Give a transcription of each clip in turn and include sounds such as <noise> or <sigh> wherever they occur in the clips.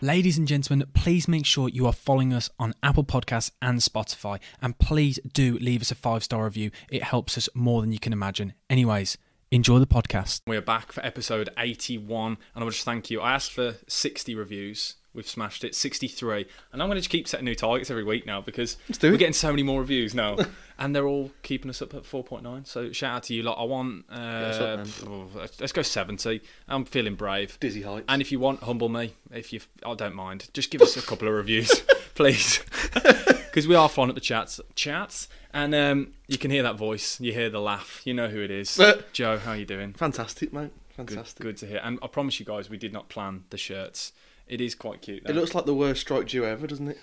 Ladies and gentlemen, please make sure you are following us on Apple Podcasts and Spotify. And please do leave us a five star review. It helps us more than you can imagine. Anyways, enjoy the podcast. We're back for episode 81, and I would just thank you. I asked for 60 reviews. We've smashed it, 63. And I'm going to just keep setting new targets every week now because do we're it. getting so many more reviews <laughs> now. and they're all keeping us up at 4.9. So shout out to you lot. I want, uh, us up, man. pff, let's- let's go 70. I'm feeling brave. Dizzy heights. And if you want, humble me. If you, I don't mind. Just give us a couple of <laughs> reviews, please, <laughs> because we are fond of the chats. Chats, and um, you can hear that voice. You hear the laugh. You know who it is. Joe, how you doing? Fantastic, mate. Good, Uh. Fantastic. good to hear. And I promise you guys, we did not plan the shirts. It is quite cute. Though. It looks like the worst strike duo ever, doesn't <laughs> it?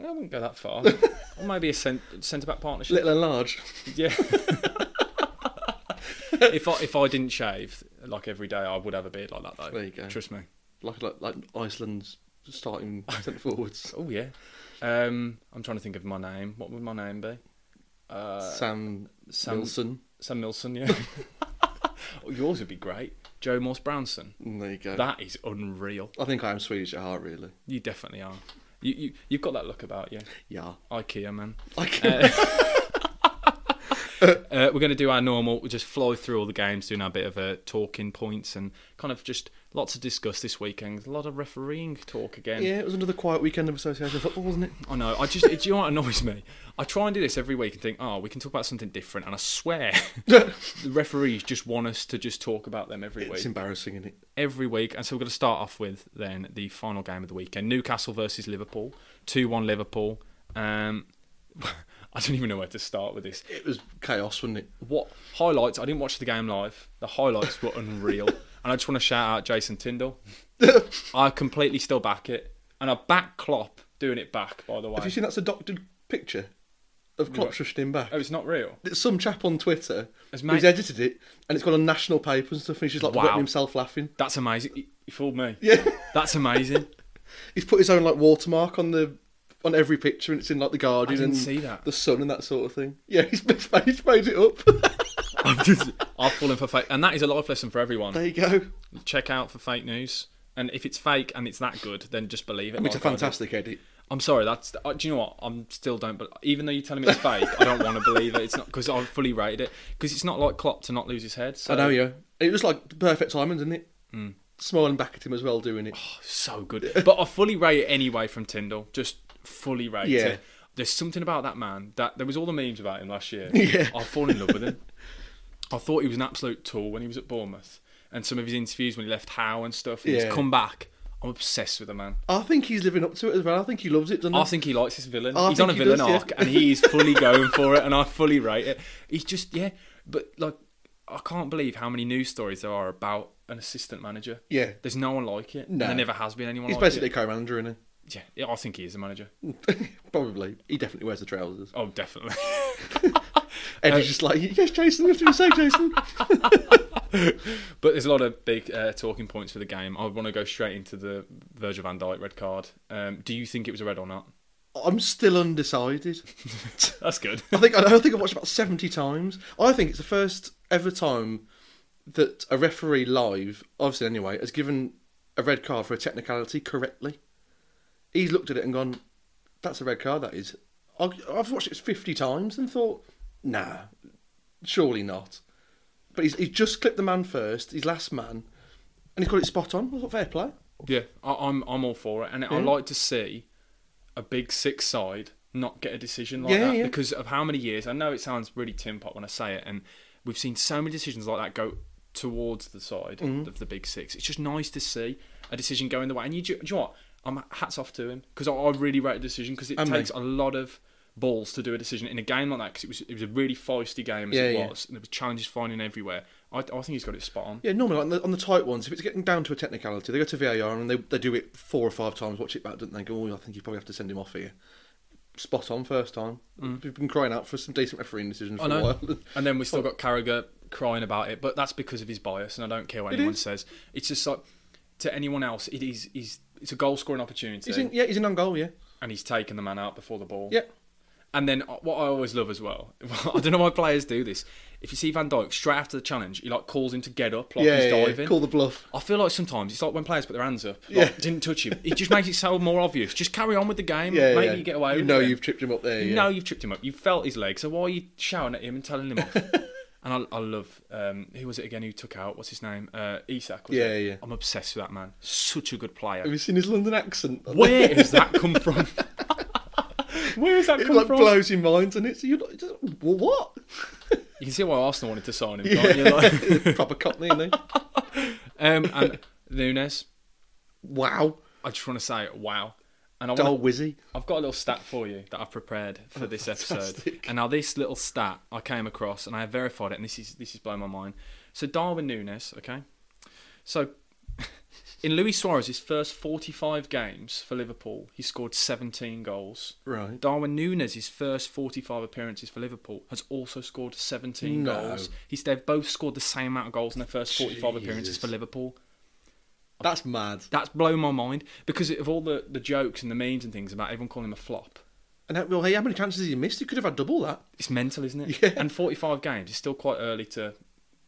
I wouldn't go that <laughs> far. or maybe a cent- centre back partnership. Little and large. <laughs> Yeah. if I if I didn't shave like every day, I would have a beard like that though. There you go. Trust me. Like like, like Iceland's starting centre forwards. Oh yeah. Um, I'm trying to think of my name. What would my name be? <laughs> Uh, Sam, Sam- Wilson. Sam Milson. <laughs> Yeah. oh, yours would be great. Joe Morse Brownson. Mm, There you go. That is unreal. I think I am Swedish at heart, really. You definitely are. You, you you've got that look about you. Yeah. <laughs> IKEA man. I can- Uh, <laughs> uh, we're going to do our normal. We'll just flow through all the games, doing our bit of uh, talking points and kind of just lots to discuss this weekend. A lot of refereeing talk again. <laughs> yeah, it was another quiet weekend of association football, wasn't it? I know. I just, do you know what annoys me? I try and do this every week and think, oh, we can talk about something different. And I swear, <laughs> the referees just want us to just talk about them every It's week. embarrassing, isn't it? Every week. And so we're going to start off with then the final game of the weekend Newcastle versus Liverpool. 2 1 Liverpool. Um, <laughs> I don't even know where to start with this. It was chaos, wasn't it? What highlights? I didn't watch the game live. The highlights were <laughs> unreal. and I just want to shout out Jason Tyndall. I completely still back it. And I back Klopp doing it back, by the way. Have you seen that's a doctored picture of Klopp rushing him back? Oh, it's not real. It's some chap on Twitter It's who's mate- edited it, and it's gone on national papers and stuff, and he's just like Wow. wetting himself laughing. That's amazing. You- You fooled me. Yeah. That's <laughs> amazing. He's put his own like watermark on the on every picture, and it's in like the Guardian didn't and see that. the Sun and that sort of thing. Yeah, he's, <laughs> he's made, he's made it up. I'm just, I've fallen for fake, and that is a life lesson for everyone. <laughs> there you go. Oh, Check out for fake news, and if it's fake and it's that good, then just believe it. I mean, it's a like I did. fantastic edit. I'm sorry. That's. Uh, do you know what? I'm still don't. But even though you're telling me it's fake, I don't want to believe it. It's not because I fully rated it. Because it's not like Klopp to not lose his head. So. I know, Mm. yeah. It was like the perfect timing, didn't it? Smiling back at him as well, doing it. So good. But I fully rate it anyway from Tyndall. Just fully rate Yeah. it. There's something about that man that there was all the memes about him last year. <laughs> Yeah. I've fallen in love with him. I thought he was an absolute tool when he was at Bournemouth and some of his interviews when he left Howe and stuff. And He's Yeah. come back. I'm obsessed with the man. I think he's living up to it as well. I think he loves it, doesn't I he? think he likes his villain. I he's on a think he villain does, yeah. arc, and he is fully going for it, and I fully rate it. He's just yeah, but like I can't believe how many news stories there are about an assistant manager. Yeah. there's no one like it. and No. there never has been anyone. He's like basically it. a co-manager, isn't yeah, yeah. I think he is a manager. he? <laughs> Probably. He definitely wears the trousers. Oh, definitely. <laughs> And he's just like, yes, Jason, what do you say, <laughs> Jason? but there's a lot of big uh, talking points for the game. I want to go straight into the Virgil Van Dijk red card. Um, do you think it was a red or not? <laughs> I'm still undecided. That's good. <laughs> I think I don't think I've watched about seventy times. I think it's the first ever time that a referee live, obviously anyway, has given a red card for a technicality correctly. He's looked at it and gone, "That's a red card. That is." I- I've watched it fifty times and thought, "Nah, surely not." But he's, he's just clipped the man first, his last man, and he called it spot on. I thought, fair play. Yeah, I, I'm I'm all for it, and I like to see a big six side not get a decision like Yeah, that yeah. because of how many years. I know it sounds really tin pot when I say it, and we've seen so many decisions like that go towards the side Mm-hmm. of the big six. It's just nice to see a decision going the way. And you, do, do you know what? I'm hats off to him because I, I really rate a decision because it And me. takes a lot of balls to do a decision in a game like that because it was it was a really feisty game as Yeah, it yeah. was and there was challenges finding everywhere. I, I think he's got it spot on. Yeah, normally on the, on the tight ones, if it's getting down to a technicality, they go to VAR and they, they do it four or five times, watch it back, don't they? Go, oh, I think you probably have to send him off here. Spot on first time. We've been crying out for some decent refereeing decisions Mm. I for a know. while. <laughs> and then we still got Carragher crying about it, but that's because of his bias, and I don't care what anyone is. says. It's just like to anyone else, it is is it's a goal scoring opportunity, He's in, yeah, he's in on goal, yeah. and he's taken the man out before the ball. Yeah. And then uh, what I always love as well, <laughs> I don't know why players do this. If you see Van Dijk straight after the challenge, he like calls him to get up, like yeah, he's yeah, yeah. diving. Call the bluff. I feel like sometimes it's like when players put their hands up, like, Yeah. didn't touch him. It just makes it so more obvious. Just carry on with the game. Yeah, Maybe yeah. Mm. you get away with You it know then. you've tripped him up there. You yeah. know you've tripped him up. You felt his leg. So why are you shouting at him and telling him off? <laughs> and I, I love um, who was it again who took out? What's his name? Uh, Isak. Was Yeah, it? yeah. I'm obsessed with that man. Such a good Have player. you seen his London accent? <laughs> <laughs> Where has that come from? <laughs> Where has that It come like from? blows your mind, and it's you're like, just, well, what? <laughs> <laughs> You can see why Arsenal wanted to sign him. Can't you? Like, Yeah. Proper cockney, isn't he? um, and Nunes, Wow. I just want to say wow. And I wanna- Dull Wizzy. I've got a little stat for you that I've prepared for this episode. <laughs> fantastic. And now this little stat I came across and I have verified it and this is this is blowing my mind. So Darwin Nunes, okay? So <laughs> in Luis Suarez's first 45 games for Liverpool, he scored 17 goals. Right. Darwin Nunes' first 45 appearances for Liverpool has also scored 17 No. goals. He's they've both scored the same amount of goals in their first 45 appearances Jesus. for Liverpool. That's mad. That's blown my mind because of all the, the jokes and the memes and things about everyone calling him a flop. And that, well, hey, how many chances did you miss? You could have had double that. It's mental, isn't it? Yeah. And 45 games is still quite early to.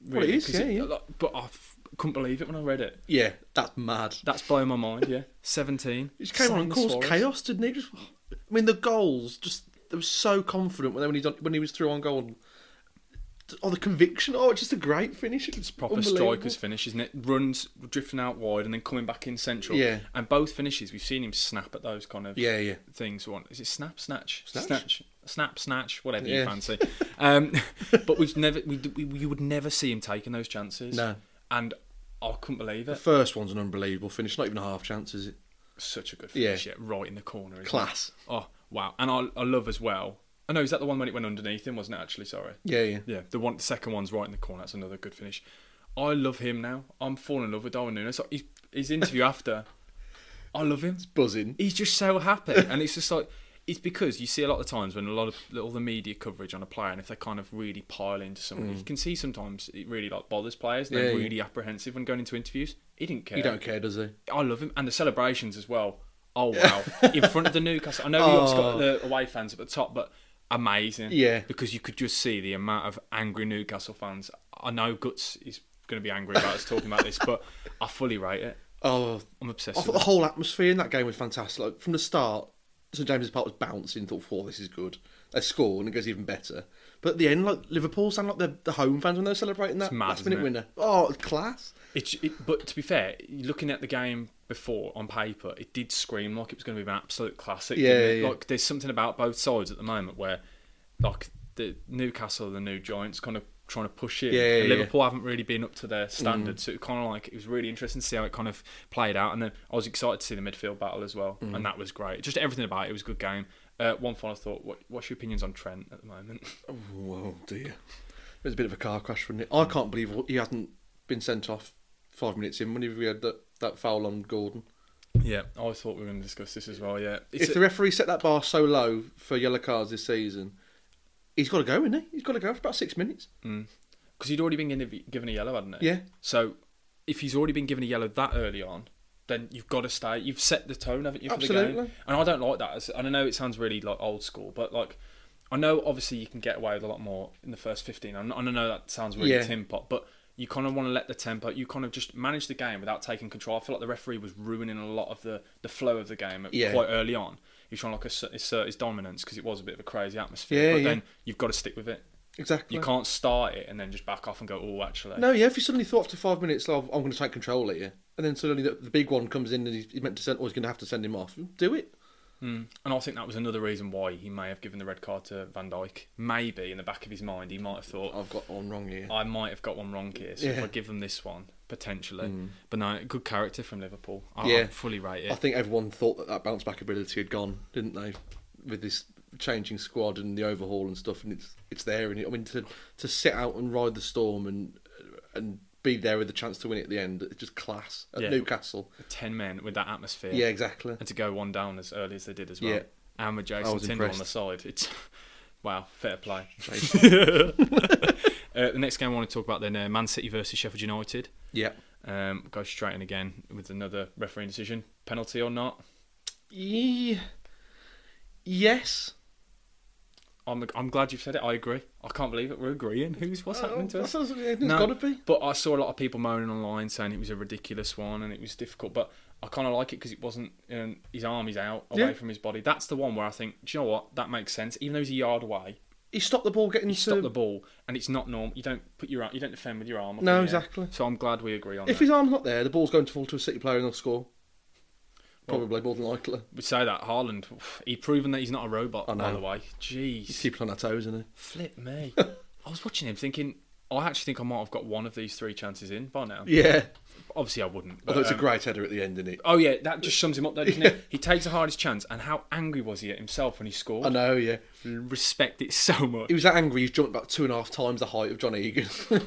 Well, it is, 'cause yeah, yeah. like, but I f- couldn't believe it when I read it. Yeah, that's mad. That's blowing my mind. <laughs> Yeah, 17. He just came on Same and as caused Suarez. chaos, didn't he? Just, I mean, the goals just they were so confident when they- when he done, when he was through on goal. Oh, the conviction! Oh, it's just a great finish. It was Proper unbelievable. strikers finish, isn't it? Runs drifting out wide and then coming back in central. Yeah. And both finishes, we've seen him snap at those kind of Yeah, yeah. things. One is it snap, snatch, Snatch? snatch, snap, snatch, whatever you Yeah. fancy. um, <laughs> but we've never, we, we, you would never see him taking those chances. No. And I couldn't believe The it. first one's an unbelievable finish. Not even a half chance, is it? Such a good finish, yeah. right in the corner. isn't it? Class. Oh wow! And I, I love as well. I know is that the one when it went underneath him, wasn't it? Actually, sorry. Yeah, yeah. Yeah, the one, the second one's right in the corner. That's another good finish. I love him now. I'm falling in love with Darwin Nunes. Like, His, his <laughs> interview after, I love him. Buzzing. He's just so happy, and it's just like it's because you see a lot of times when a lot of all the media coverage on a player, and if they kind of really pile into someone, you can see sometimes it really like bothers players. And they're Mm. Yeah, yeah. really apprehensive when going into interviews. He didn't care. He don't care, does he? I love him and the celebrations as well. Oh wow! In front <laughs> of the Newcastle, I know you've got the away fans at the top, but amazing. Oh. Yeah. because you could just see the amount of angry Newcastle fans. I know Guts is going to be angry about us talking about this, but I fully rate it. Oh, I'm obsessed. I thought With the it. whole atmosphere in that game was fantastic. Like from the start, St James's Park was bouncing. Thought, "Oh, this is good." They score and it goes even better. But at the end, like Liverpool sound like the, the home fans when they're celebrating that mad, last minute isn't it? winner. Oh, it's class. It, it, but to be fair, looking at the game before on paper, it did scream like it was going to be an absolute classic. Yeah, didn't it? yeah, yeah. like there's something about both sides at the moment where, like the Newcastle, the new giants, kind of trying to push it. Yeah, yeah, Mm. and yeah. Liverpool haven't really been up to their standard, so it kind of like it was really interesting to see how it kind of played out. And then I was excited to see the midfield battle as well, Mm. and that was great. Just everything about it, it was a good game. Uh, one final thought: what, What's your opinions on Trent at the <laughs> moment? Oh, Whoa, dear. It was a bit of a car crash, wasn't it? I can't believe he hasn't been sent off five minutes in whenever we had that, that foul on Gordon. yeah, I thought we were going to discuss this as well. Yeah, if the referee set that bar so low for yellow cards this season, he's got to go, isn't he? He's got to go for about six minutes. because he'd already been given given a yellow, hadn't he? Yeah. So if he's already been given a yellow that early on, then you've got to stay. You've set the tone, haven't you, for the game? Absolutely. And I don't like that. as- And I know it sounds really like old school, but like I know obviously you can get away with a lot more in the first fifteen. And I know that sounds really Yeah. tin pot, but you kind of want to let the tempo. You kind of just manage the game without taking control. I feel like the referee was ruining a lot of the the flow of the game at- Yeah. quite early on. He was trying to like assert- assert his dominance because it was a bit of a crazy atmosphere. Yeah, but yeah. then you've got to stick with it. Exactly. You can't start it and then just back off and go, oh, actually. No, yeah. If you suddenly thought after five minutes, oh, I'm going to take control here, and then suddenly the, the big one comes in and he's, he's meant to send, or he's going to have to send him off. Do it. And I think that was another reason why he may have given the red card to Van Dijk. Maybe in the back of his mind, he might have thought, I've got one wrong here. I might have got one wrong here, so if Yeah. Mm. I give them this one, potentially. But no, good character from Liverpool. I, I Yeah. fully rate I it. think everyone thought that that bounce back ability had gone, didn't they? With this changing squad and the overhaul and stuff, and it's it's there. And it, I mean, to to sit out and ride the storm and and be there with the chance to win it at the end, it's just class at Yeah. Newcastle. Ten men with that atmosphere. Yeah, exactly. And to go one down as early as they did as well. Yeah. And with I Jason was Tinder on the impressed. side. It's <laughs> wow, fair play. <laughs> uh, the next game I want to talk about then uh, Man City versus Sheffield United. Yeah. Um, go straight in again with another refereeing decision. Penalty or not? Ye- yes. I'm, I'm glad you've said it. I agree. I can't believe it. We're agreeing. Who's what's Oh. happening to us? That's, it's No, got to be. But I saw a lot of people moaning online saying it was a ridiculous one and it was difficult. But I kind of like it because it wasn't. Um, his arm is out away Yeah. from his body. That's the one where I think, do you know what? That makes sense. Even though he's a yard away, He stopped the ball getting you stop to. the ball and it's not normal. You don't put your ar- you don't defend with your arm. up No, in the air. exactly. So I'm glad we agree on if that. his arm's not there, the ball's going to fall to a City player and they'll score. Probably more than likely. We say that Haaland, he proven that he's not a robot. I By know. the way, jeez, He's keeping on our toes, isn't he? flip <laughs> me. I was watching him thinking. I actually think I might have got one of these three chances in by now. Yeah. Obviously, I wouldn't. but, Although it's a um, great header at the end, isn't it? Oh yeah, that just sums him up, though, doesn't it? He takes the hardest chance, and how angry was he at himself when he scored? I know, yeah. Respect it so much. He was that angry, he's jumped about two and a half times the height of John Egan. <laughs>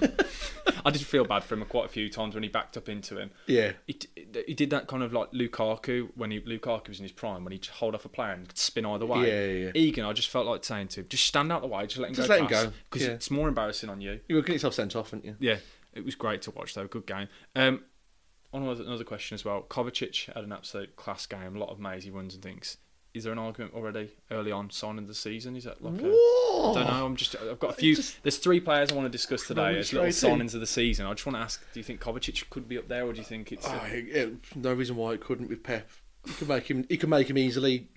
I did feel bad for him quite a few times when he backed up into him. yeah. He, d- he did that kind of like Lukaku when he Lukaku was in his prime when he'd hold off a player and spin either way. Yeah, yeah, yeah. Egan, I just felt like saying to him, just stand out the way, just let him Just go. let him go, because yeah. it's more embarrassing on you. You were getting yourself sent off, weren't you? Yeah, it was great to watch though. Good game. Um, on another another question as well, Kovacic had an absolute class game. A lot of mazy runs and things. Is there an argument already early on signing the season? Is that like a, Whoa! I don't know. I'm just. I've got a few. Just- there's three players I want to discuss today Throwing as little straight in. signings of the season. I just want to ask: Do you think Kovacic could be up there, or do you think it's? Oh, it- it- no reason why it couldn't with Pep. He could make him. He could make him easily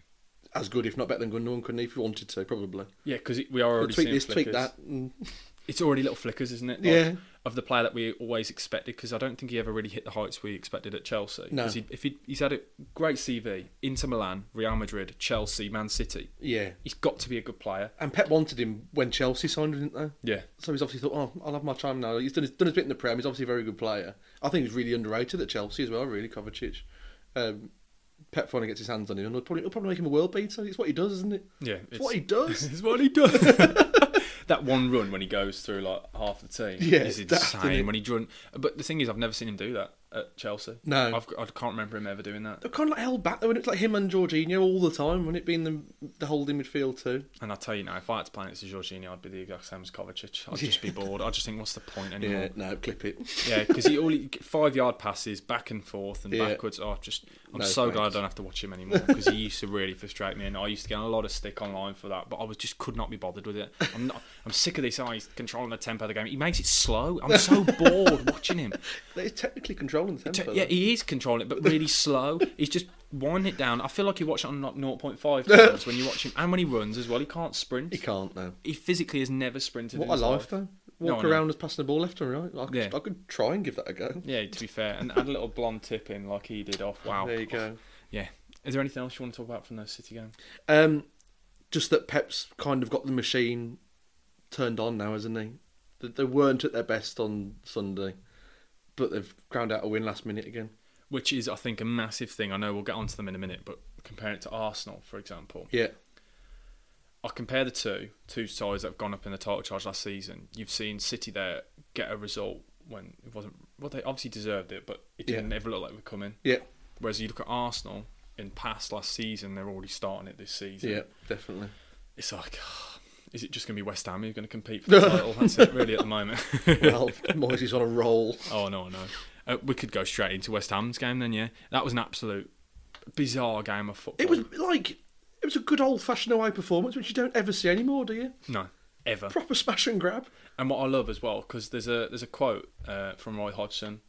as good, if not better than Gundogan, couldn't he? If he wanted to, probably. yeah, because we are already tweak seeing this, flickers. tweak that. and- It's already little flickers, isn't it? Yeah. Of the player that we always expected, because I don't think he ever really hit the heights we expected at Chelsea. No. 'Cause He, if he, he's had a great CV, Inter Milan, Real Madrid, Chelsea, Man City. Yeah. He's got to be a good player. And Pep wanted him when Chelsea signed him, didn't they? <laughs> Yeah. So he's obviously thought, oh, I'll have my time now. He's done his, done his bit in the Prem. He's obviously a very good player. I think he's really underrated at Chelsea as well, really, Kovacic. Um, Pep finally gets his hands on him, and it'll probably, it'll probably make him a world beater. It's what he does, isn't it? Yeah. It's, what <laughs> he does. It's what he does. that one run when he goes through like half the team Yeah, is it's daft, isn't insane. it? When he run, but the thing is, I've never seen him do that at Chelsea. No. I've, I can't remember him ever doing that. They're kind of like held back, though, and it's like him and Jorginho all the time, when it being the, the holding midfield, too. And I tell you now, if I had to play next to Jorginho, I'd be the exact same as Kovacic. I'd <laughs> just be bored. I just think, what's the point Yeah, anymore? no, clip it. Yeah, because he all five yard passes back and forth and Yeah. backwards. Oh, just I'm No so glad I thanks. don't have to watch him anymore because he used to really frustrate me, and I used to get a lot of stick online for that. But I was just could not be bothered with it. I'm not. I'm sick of this. Oh, he's controlling the tempo of the game. He makes it slow. I'm so <laughs> bored watching him. They're technically controlling the T- tempo. yeah, though. he is controlling it, but really slow. He's just winding it down. I feel like you watch it on like <laughs> 0.5 times when you watch him, and when he runs as well, he can't sprint. He He, can't, no. physically has never sprinted. What in a his life, though. No, I Walk know. around as passing the ball left and right. I could, Yeah. I could try and give that a go. Yeah, to be fair, and add a little blonde tip in like he did off. Wow. There you go. Yeah. Is there anything else you want to talk about from those City games? Um, just that Pep's kind of got the machine turned on now, hasn't he? That they weren't at their best on Sunday, but they've ground out a win last minute again. Which is, I think, a massive thing. I know we'll get onto them in a minute, but comparing it to Arsenal, for example, Yeah, I compare the two two sides that have gone up in the title charge last season. You've seen City there get a result when it wasn't. Well, they obviously deserved it, but it Yeah. didn't ever look like it was coming. yeah, Whereas you look at Arsenal in past last season, they're already starting it this season. yeah, definitely. It's like, <sighs> is it just going to be West Ham who's going to <laughs> compete for the title? That's it, really, at the moment. <laughs> Well, <laughs> Moyes is on a roll. Oh no, no. Uh, we could go straight into West Ham's game then. Yeah, that was an absolute bizarre game of football. It was like it was a good old fashioned away performance, which you don't ever see anymore, do you? no ever. Proper smash and grab. And what I love as well, because there's a there's a quote uh, from Roy Hodgson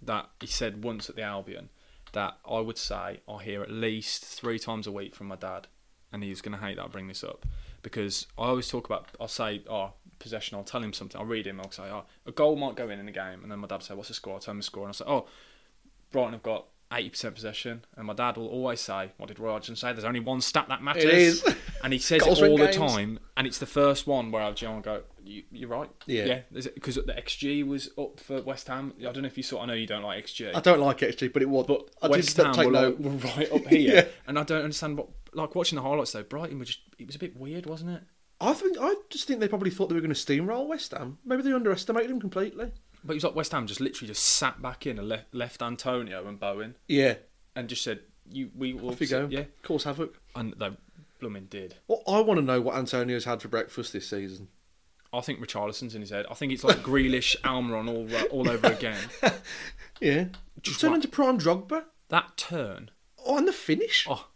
that he said once at the Albion that I would say I hear at least three times a week from my dad, and he's going to hate that I bring this up because I always talk about I'll say oh possession I'll tell him something I'll read him I'll say oh a goal might go in in the game and then my dad will say what's the score I will tell him the score and I will say oh Brighton have got. 80% possession, and my dad will always say, What did Roy Hodgson say? There's only one stat that matters. is. And he says it <laughs> Goals win all the games. time, and it's the first one where I've John go, you, You're right. Yeah. Yeah, because the XG was up for West Ham. I don't know if you saw. I know you don't like XG, I don't like it actually, but it was. but I West did Ham take were, like, note. were right up here, <laughs> Yeah. and I don't understand what. Like watching the highlights though, Brighton were just. It was a bit weird, wasn't it? I think I just think they probably thought they were going to steamroll West Ham. Maybe they underestimated him completely. But it was like West Ham just literally just sat back in and left, left Antonio and Bowen Yeah, and just said, "You, we will." off you go. Yeah, cause havoc. and they blooming did. Well, I want to know what Antonio's had for breakfast this season. I think Richarlison's in his head. I think it's like Grealish, <laughs> Almiron all ro- all over again. <laughs> Yeah. Just Turned what- into prime Drogba. That turn. Oh, and the finish. Oh,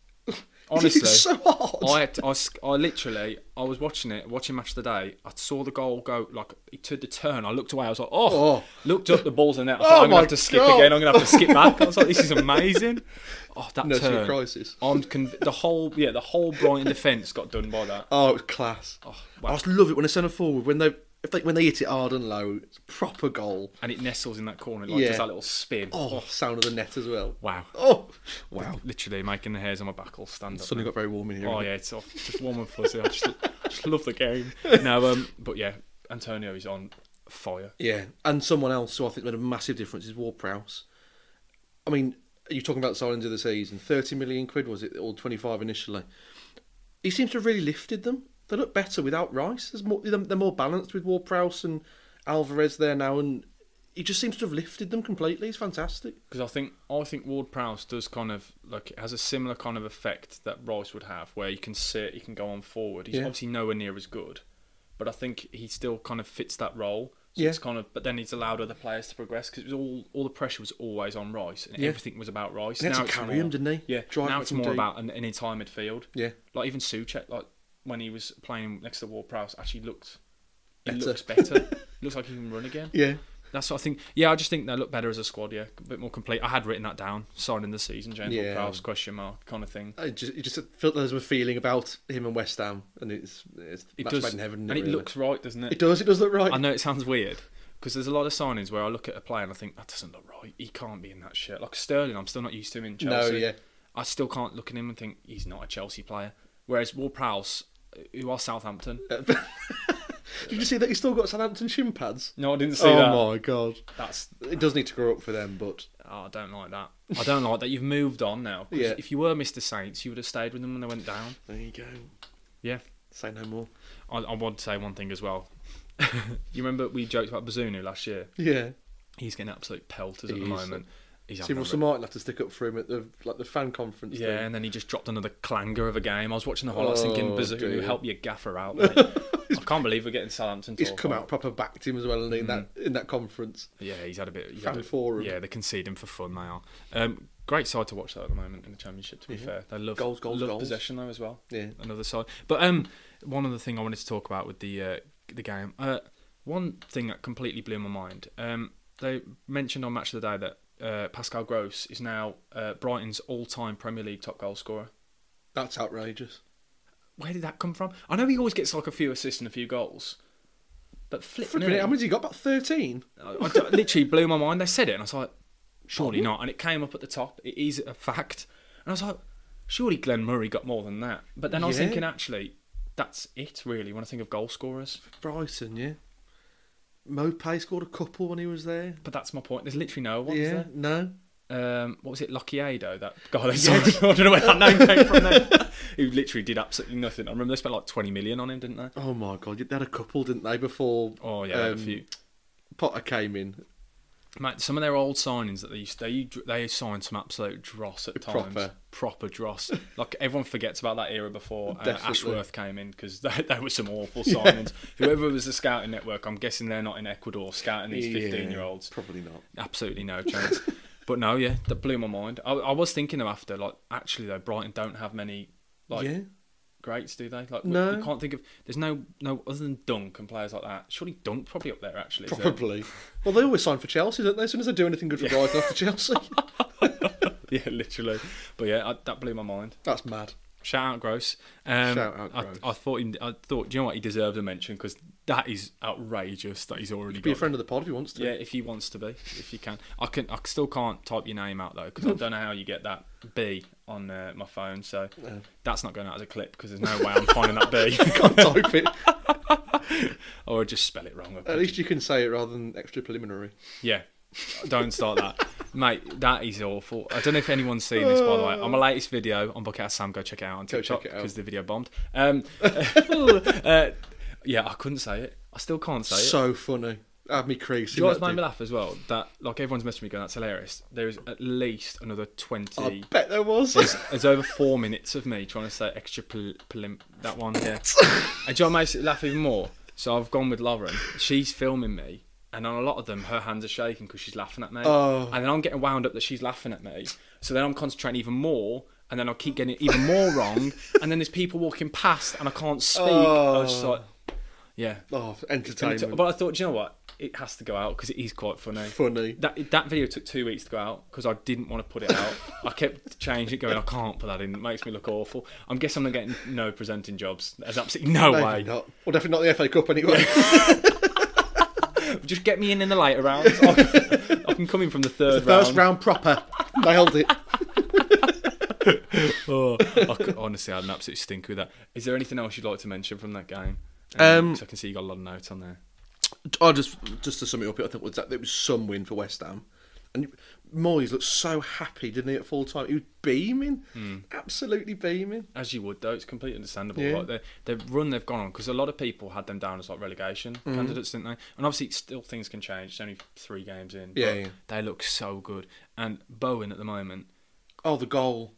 honestly, <laughs> it's so hard. I, had to- I, s- I literally, I was watching it, watching match of the day. I saw the goal go like to the turn. I looked away. I was like, oh, Oh. looked up the balls and net. <laughs> I thought, I'm gonna my have to skip God. again. I'm gonna have to skip back. I was like, this is <laughs> amazing. Oh, that No, it's a turn. crisis. I'm conv- the whole yeah, the whole Brighton defence got done by that. Oh, it was class. wow. I just love it when they send a forward when they if they when they hit it hard and low. It's a proper goal. And it nestles in that corner, like Yeah. does that little spin. Oh, sound of the net as well. Wow. Oh, wow. Literally making the hairs on my back all stand up. Suddenly got very warm in here. Oh yeah, it's all, just warm and fuzzy. I just, just love the <laughs> game. No, um, but yeah, Antonio is on fire. Yeah, and someone else who I think made a massive difference is War Prowse. I mean, you're talking about signings of the season. 30 million quid was it, or 25 initially? He seems to have really lifted them. They look better without Rice. There's more, they're they're more balanced with War Prowse and Alvarez there now, and he just seems to have lifted them completely. He's fantastic. Because I think I think Ward Prowse does kind of like it has a similar kind of effect that Rice would have, where you can sit, you can go on forward. He's Yeah. obviously nowhere near as good, but I think he still kind of fits that role. So Yeah. it's kind of, but then he's allowed other players to progress because it was all all the pressure was always on Rice and Yeah. everything was about Rice. He had now to it's carry more, him, didn't he? Yeah. Drive now him it's from more deep. about an, an entire midfield. Yeah. Like even Suchet, like when he was playing next to Ward Prowse, actually looked. He Better. looks <laughs> better. looks like he can run again. Yeah. That's what I think. Yeah, I just think they look better as a squad. Yeah, a bit more complete. I had written that down. Signing the season, James Yeah. Prowse question mark kind of thing. I just, it just felt there's a feeling about him and West Ham, and it's, it's It match does, made in heaven. and isn't it it, really? looks right, doesn't <laughs> it? It does. It does look right. I know it sounds weird because there's a lot of signings where I look at a player and I think that doesn't look right. He can't be in that shirt. Like Sterling, I'm still not used to him in No, Chelsea. yeah. I still can't look at him and think he's not a Chelsea player. Whereas Ward Prowse, uh, who are Southampton. Did you see that he's still got Southampton shin pads? No, I didn't see oh that. my god. That's It does need to grow up for them, but Oh, I don't like that. I don't like that. You've moved on now. 'Cause Yeah. If you were Mr. Saints, you would have stayed with them when they went down. there you go. Yeah. Say no more. I, I want to say one thing as well. <laughs> you remember we joked about Bazunu last year? Yeah. He's getting absolute pelters at He the is. moment. He's See, having a Russell rip- Martin had to stick up for him at the like the fan conference. yeah, thing. and then he just dropped another clanger of a game. I was watching the highlights thinking, Oh, Bazunu, dear. help your gaffer out. <laughs> mate." I can't believe we're getting Southampton. he's talk come on. out proper backed him as well, and in that in that conference. Yeah, he's had a bit. He's Fan had a, forum. Yeah, they're conceding for fun. They are. Um, great side to watch though at the moment in the championship. To be fair, they love Mm-hmm. Goals, goals, love goals. possession though as well. Yeah. another side. But um, one other thing I wanted to talk about with the uh, the game. Uh, one thing that completely blew my mind. Um, they mentioned on Match of the Day that uh, Pascal Gross is now uh, Brighton's all-time Premier League top goal scorer. That's outrageous. Where did that come from? I know he always gets like a few assists and a few goals, but flip For a minute, how many has he got? About thirteen. I, I d- literally blew my mind. They said it, and I was like, surely not. And it came up at the top. It is a fact. And I was like, surely Glenn Murray got more than that. But then I was Yeah. thinking, actually, that's it, really, when I think of goal scorers. Brighton, yeah. Mopay scored a couple when he was there. But that's my point. There's literally no one. yeah, Yeah. no. Um, what was it, Lockiedo? That guy they signed. <laughs> I don't know where that name came from. Then. <laughs> Who literally did absolutely nothing. I remember they spent like 20 million on him, didn't they? Oh my god, they had a couple, didn't they? Before Oh yeah, they had um, a few. Potter came in, Mate, some of their old signings that they used they they signed some absolute dross at times. Proper. Proper <laughs> dross. like everyone forgets about that era before uh, Definitely. Ashworth came in because <laughs> they, they were some awful signings. Whoever was the scouting network, I'm guessing they're not in Ecuador scouting these 15 year olds. Probably not. Absolutely no <laughs> chance. but no, yeah, that blew my mind. I, I was thinking of after like actually though Brighton don't have many like yeah, greats, do they? Like No. we, we can't think of. There's no no other than Dunk and players like that. Surely Dunk probably up there actually. is there? probably. well, they always sign for Chelsea, don't they? As soon as they do anything good for Brighton, after <laughs> Chelsea, <laughs> yeah, literally. But yeah, I, that blew my mind. that's mad. Shout out Gross. Um, Shout out Gross. I, I thought he, I thought, do you know what? He deserved a mention because that is outrageous that he's already Be a got. friend of the pod if he wants to. Yeah, if he wants to be, if you can. I can. I still can't type your name out though because I don't know how you get that B on uh, my phone. So that's not going out as a clip because there's no way I'm finding that <laughs> B. Can't type it. or I just spell it wrong. At least you can say it rather than extra preliminary. Yeah. Don't start <laughs> that. Mate, that is awful. I don't know if anyone's seen this, by the way. On my latest video on Bucket House Sam, go check it out on Go TikTok check it out. because the video bombed. <laughs> Um, <laughs> uh, yeah, I couldn't say it. I still can't say it. So funny. Had me Do creasing. you know what's that made me did. laugh as well? That, like, everyone's messaging me going, that's hilarious. There is at least another 20. I bet there was. There's, there's over four minutes of me trying to say extra prelim. that one, yeah. and John makes it laugh even more. So I've gone with Lauren. She's filming me, and on a lot of them, her hands are shaking because she's laughing at me. Oh. And then I'm getting wound up that she's laughing at me. So then I'm concentrating even more, and then I keep getting it even more wrong, and then there's people walking past and I can't speak. I was just like, yeah. <laughs> Oh, And it entertainment. took- But I thought, do you know what? It has to go out because it is quite funny. Funny. That that video took two weeks to go out because I didn't want to put it out. I <laughs> kept changing it, going, I can't put that in. It makes me look awful. I'm guessing I'm getting no presenting jobs. There's absolutely no Maybe way. not. Well, definitely not the FA Cup anyway. Just get me in in the later <laughs> rounds. I can, I can come in from the third <laughs> round. First round proper. Nailed it. Oh, <laughs> I could- honestly, I had an absolute stink with that. Is there anything else you'd like to mention from that game? Um, 'cause I can see you got a lot of notes on there. <laughs> I just just to sum it up, I think was that it was some win for West Ham, and Moyes looked so happy, didn't he? At full time, he was beaming, absolutely beaming. As you would, though, it's completely understandable. Yeah. Like the, the run they've gone on, because a lot of people had them down as like relegation Mm-hmm. candidates, didn't they? And obviously, it's still things can change. It's only three games in. but Yeah, yeah. They look so good. And Bowen at the moment, Oh, the goal!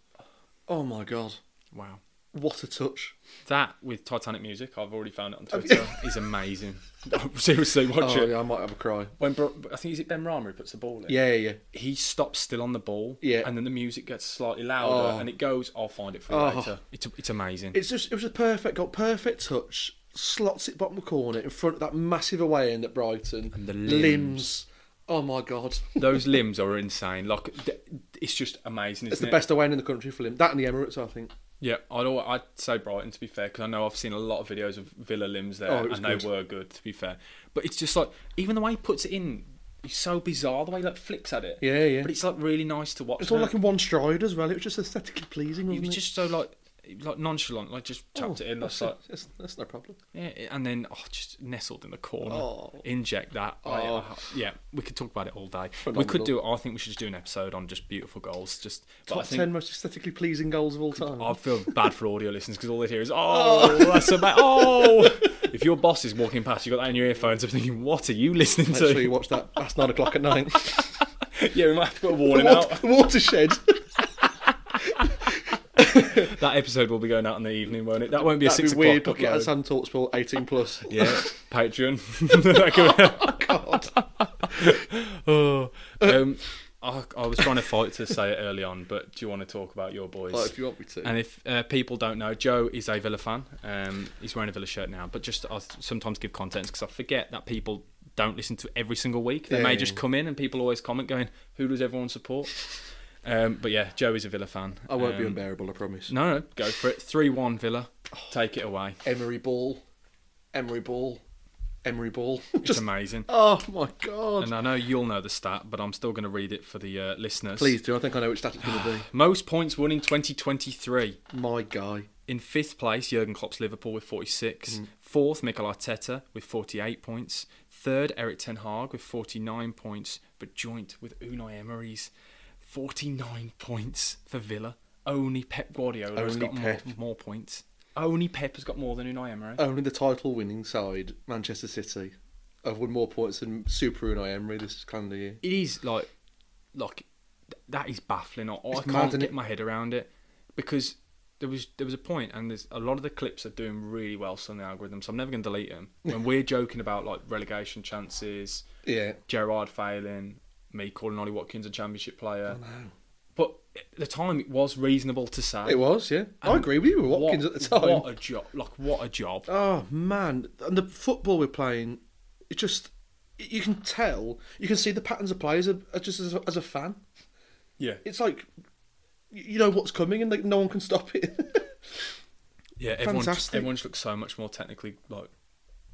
Oh my god, wow. what a touch! That with Titanic music, I've already found it on Twitter, is amazing. <laughs> Seriously, watch Oh it. yeah, I might have a cry. When Bro- I think is it Ben Rama who puts the ball in. Yeah, yeah. he stops still on the ball, Yeah. and then the music gets slightly louder, Oh. and it goes. I'll find it for you Oh. later. It's it's amazing. It's just it was a perfect got perfect touch. Slots it bottom corner in front of that massive away end at Brighton. And the limbs. Oh my god, Those limbs are insane. Like th- it's just amazing. Isn't it's the it? best away end in the country for limbs. That and the Emirates, I think. Yeah, I'd al- I'd say Brighton to be fair, because I know I've seen a lot of videos of Villa limbs there, Oh, it was and good. they were good to be fair. But it's just like even the way he puts it in, is so bizarre. The way he like flicks at it. Yeah, yeah. But it's like really nice to watch. It's all now. like in one stride as well. It was just aesthetically pleasing. he Wasn't was it? just so like like nonchalant, like just chucked Oh, it in. That's, That's like that's, that's no problem. Yeah, and then oh, just nestled in the corner. Oh. Inject that. I- Oh. I- yeah, we could talk about it all day. We Phenomenal. could do. I think we should just do an episode on just beautiful goals. Just but I Top think ten most aesthetically pleasing goals of all time. I <laughs> feel bad for audio listeners because all they hear is oh, that's about <laughs> oh. if your boss is walking past, you have got that in your earphones. I'm thinking, what are you listening Make to? sure you watch that past nine o'clock at night. <laughs> yeah, we might have to put a warning Wat- out. watershed. That episode will be going out in the evening, won't it? That won't be a That'd six be weird. o'clock. Look at upload. us on Talksport, eighteen plus. <laughs> Yeah, <laughs> <laughs> Patreon. God. <laughs> Uh, oh, um, I, I was trying to fight to say it early on, but do you want to talk about your boys? Like, if you want me to. And if uh, people don't know, Joe is a Villa fan. Um, he's wearing a Villa shirt now, but just I sometimes give context because I forget that people don't listen to every single week. They may Yeah. just come in and people always comment going, "Who does everyone support?" Um, but yeah, Joe is a Villa fan. I won't be Um, unbearable. I promise. No, no, go for it. Three-one Villa, take it away. Emery Ball. Emery Ball. Emery Ball. <laughs> It's just. amazing. <laughs> Oh my God. And I know you'll know the stat, but I'm still going to read it for the uh, listeners. Please do. I think I know which stat it's going to Most points won in 2023. <sighs> be. My guy. In fifth place, Jurgen Klopp's Liverpool with 46. Hmm. Fourth, Mikel Arteta with 48 points. Third, Eric Ten Hag with 49 points, but joint with Unai Emery's 49 points for Villa. Only Pep Guardiola has Only got More, Pep. more points. Only Pep has got more than Unai Emery. Only the title-winning side, Manchester City, have won more points than Super Unai Emery this calendar year. it is like, like, th- that is baffling. I, I It's can't mad, isn't get it? my head around it because there was there was a point, and there's a lot of the clips are doing really well still on the algorithm, so I'm never going to delete <laughs> them. When we're joking about like relegation chances, Yeah. Gerard failing, me calling Ollie Watkins a championship player, but at the time it was reasonable to say It was, yeah. I And agree with you with Watkins what- at the time. What a job! Like what a job! Oh man, and the football we're playing, it just you can tell, you can see the patterns of players are, are just as a, as a fan. Yeah, It's like you you know what's coming, and like no one can stop it. <laughs> yeah. Everyone just, fantastic. everyone just looks so much more technically like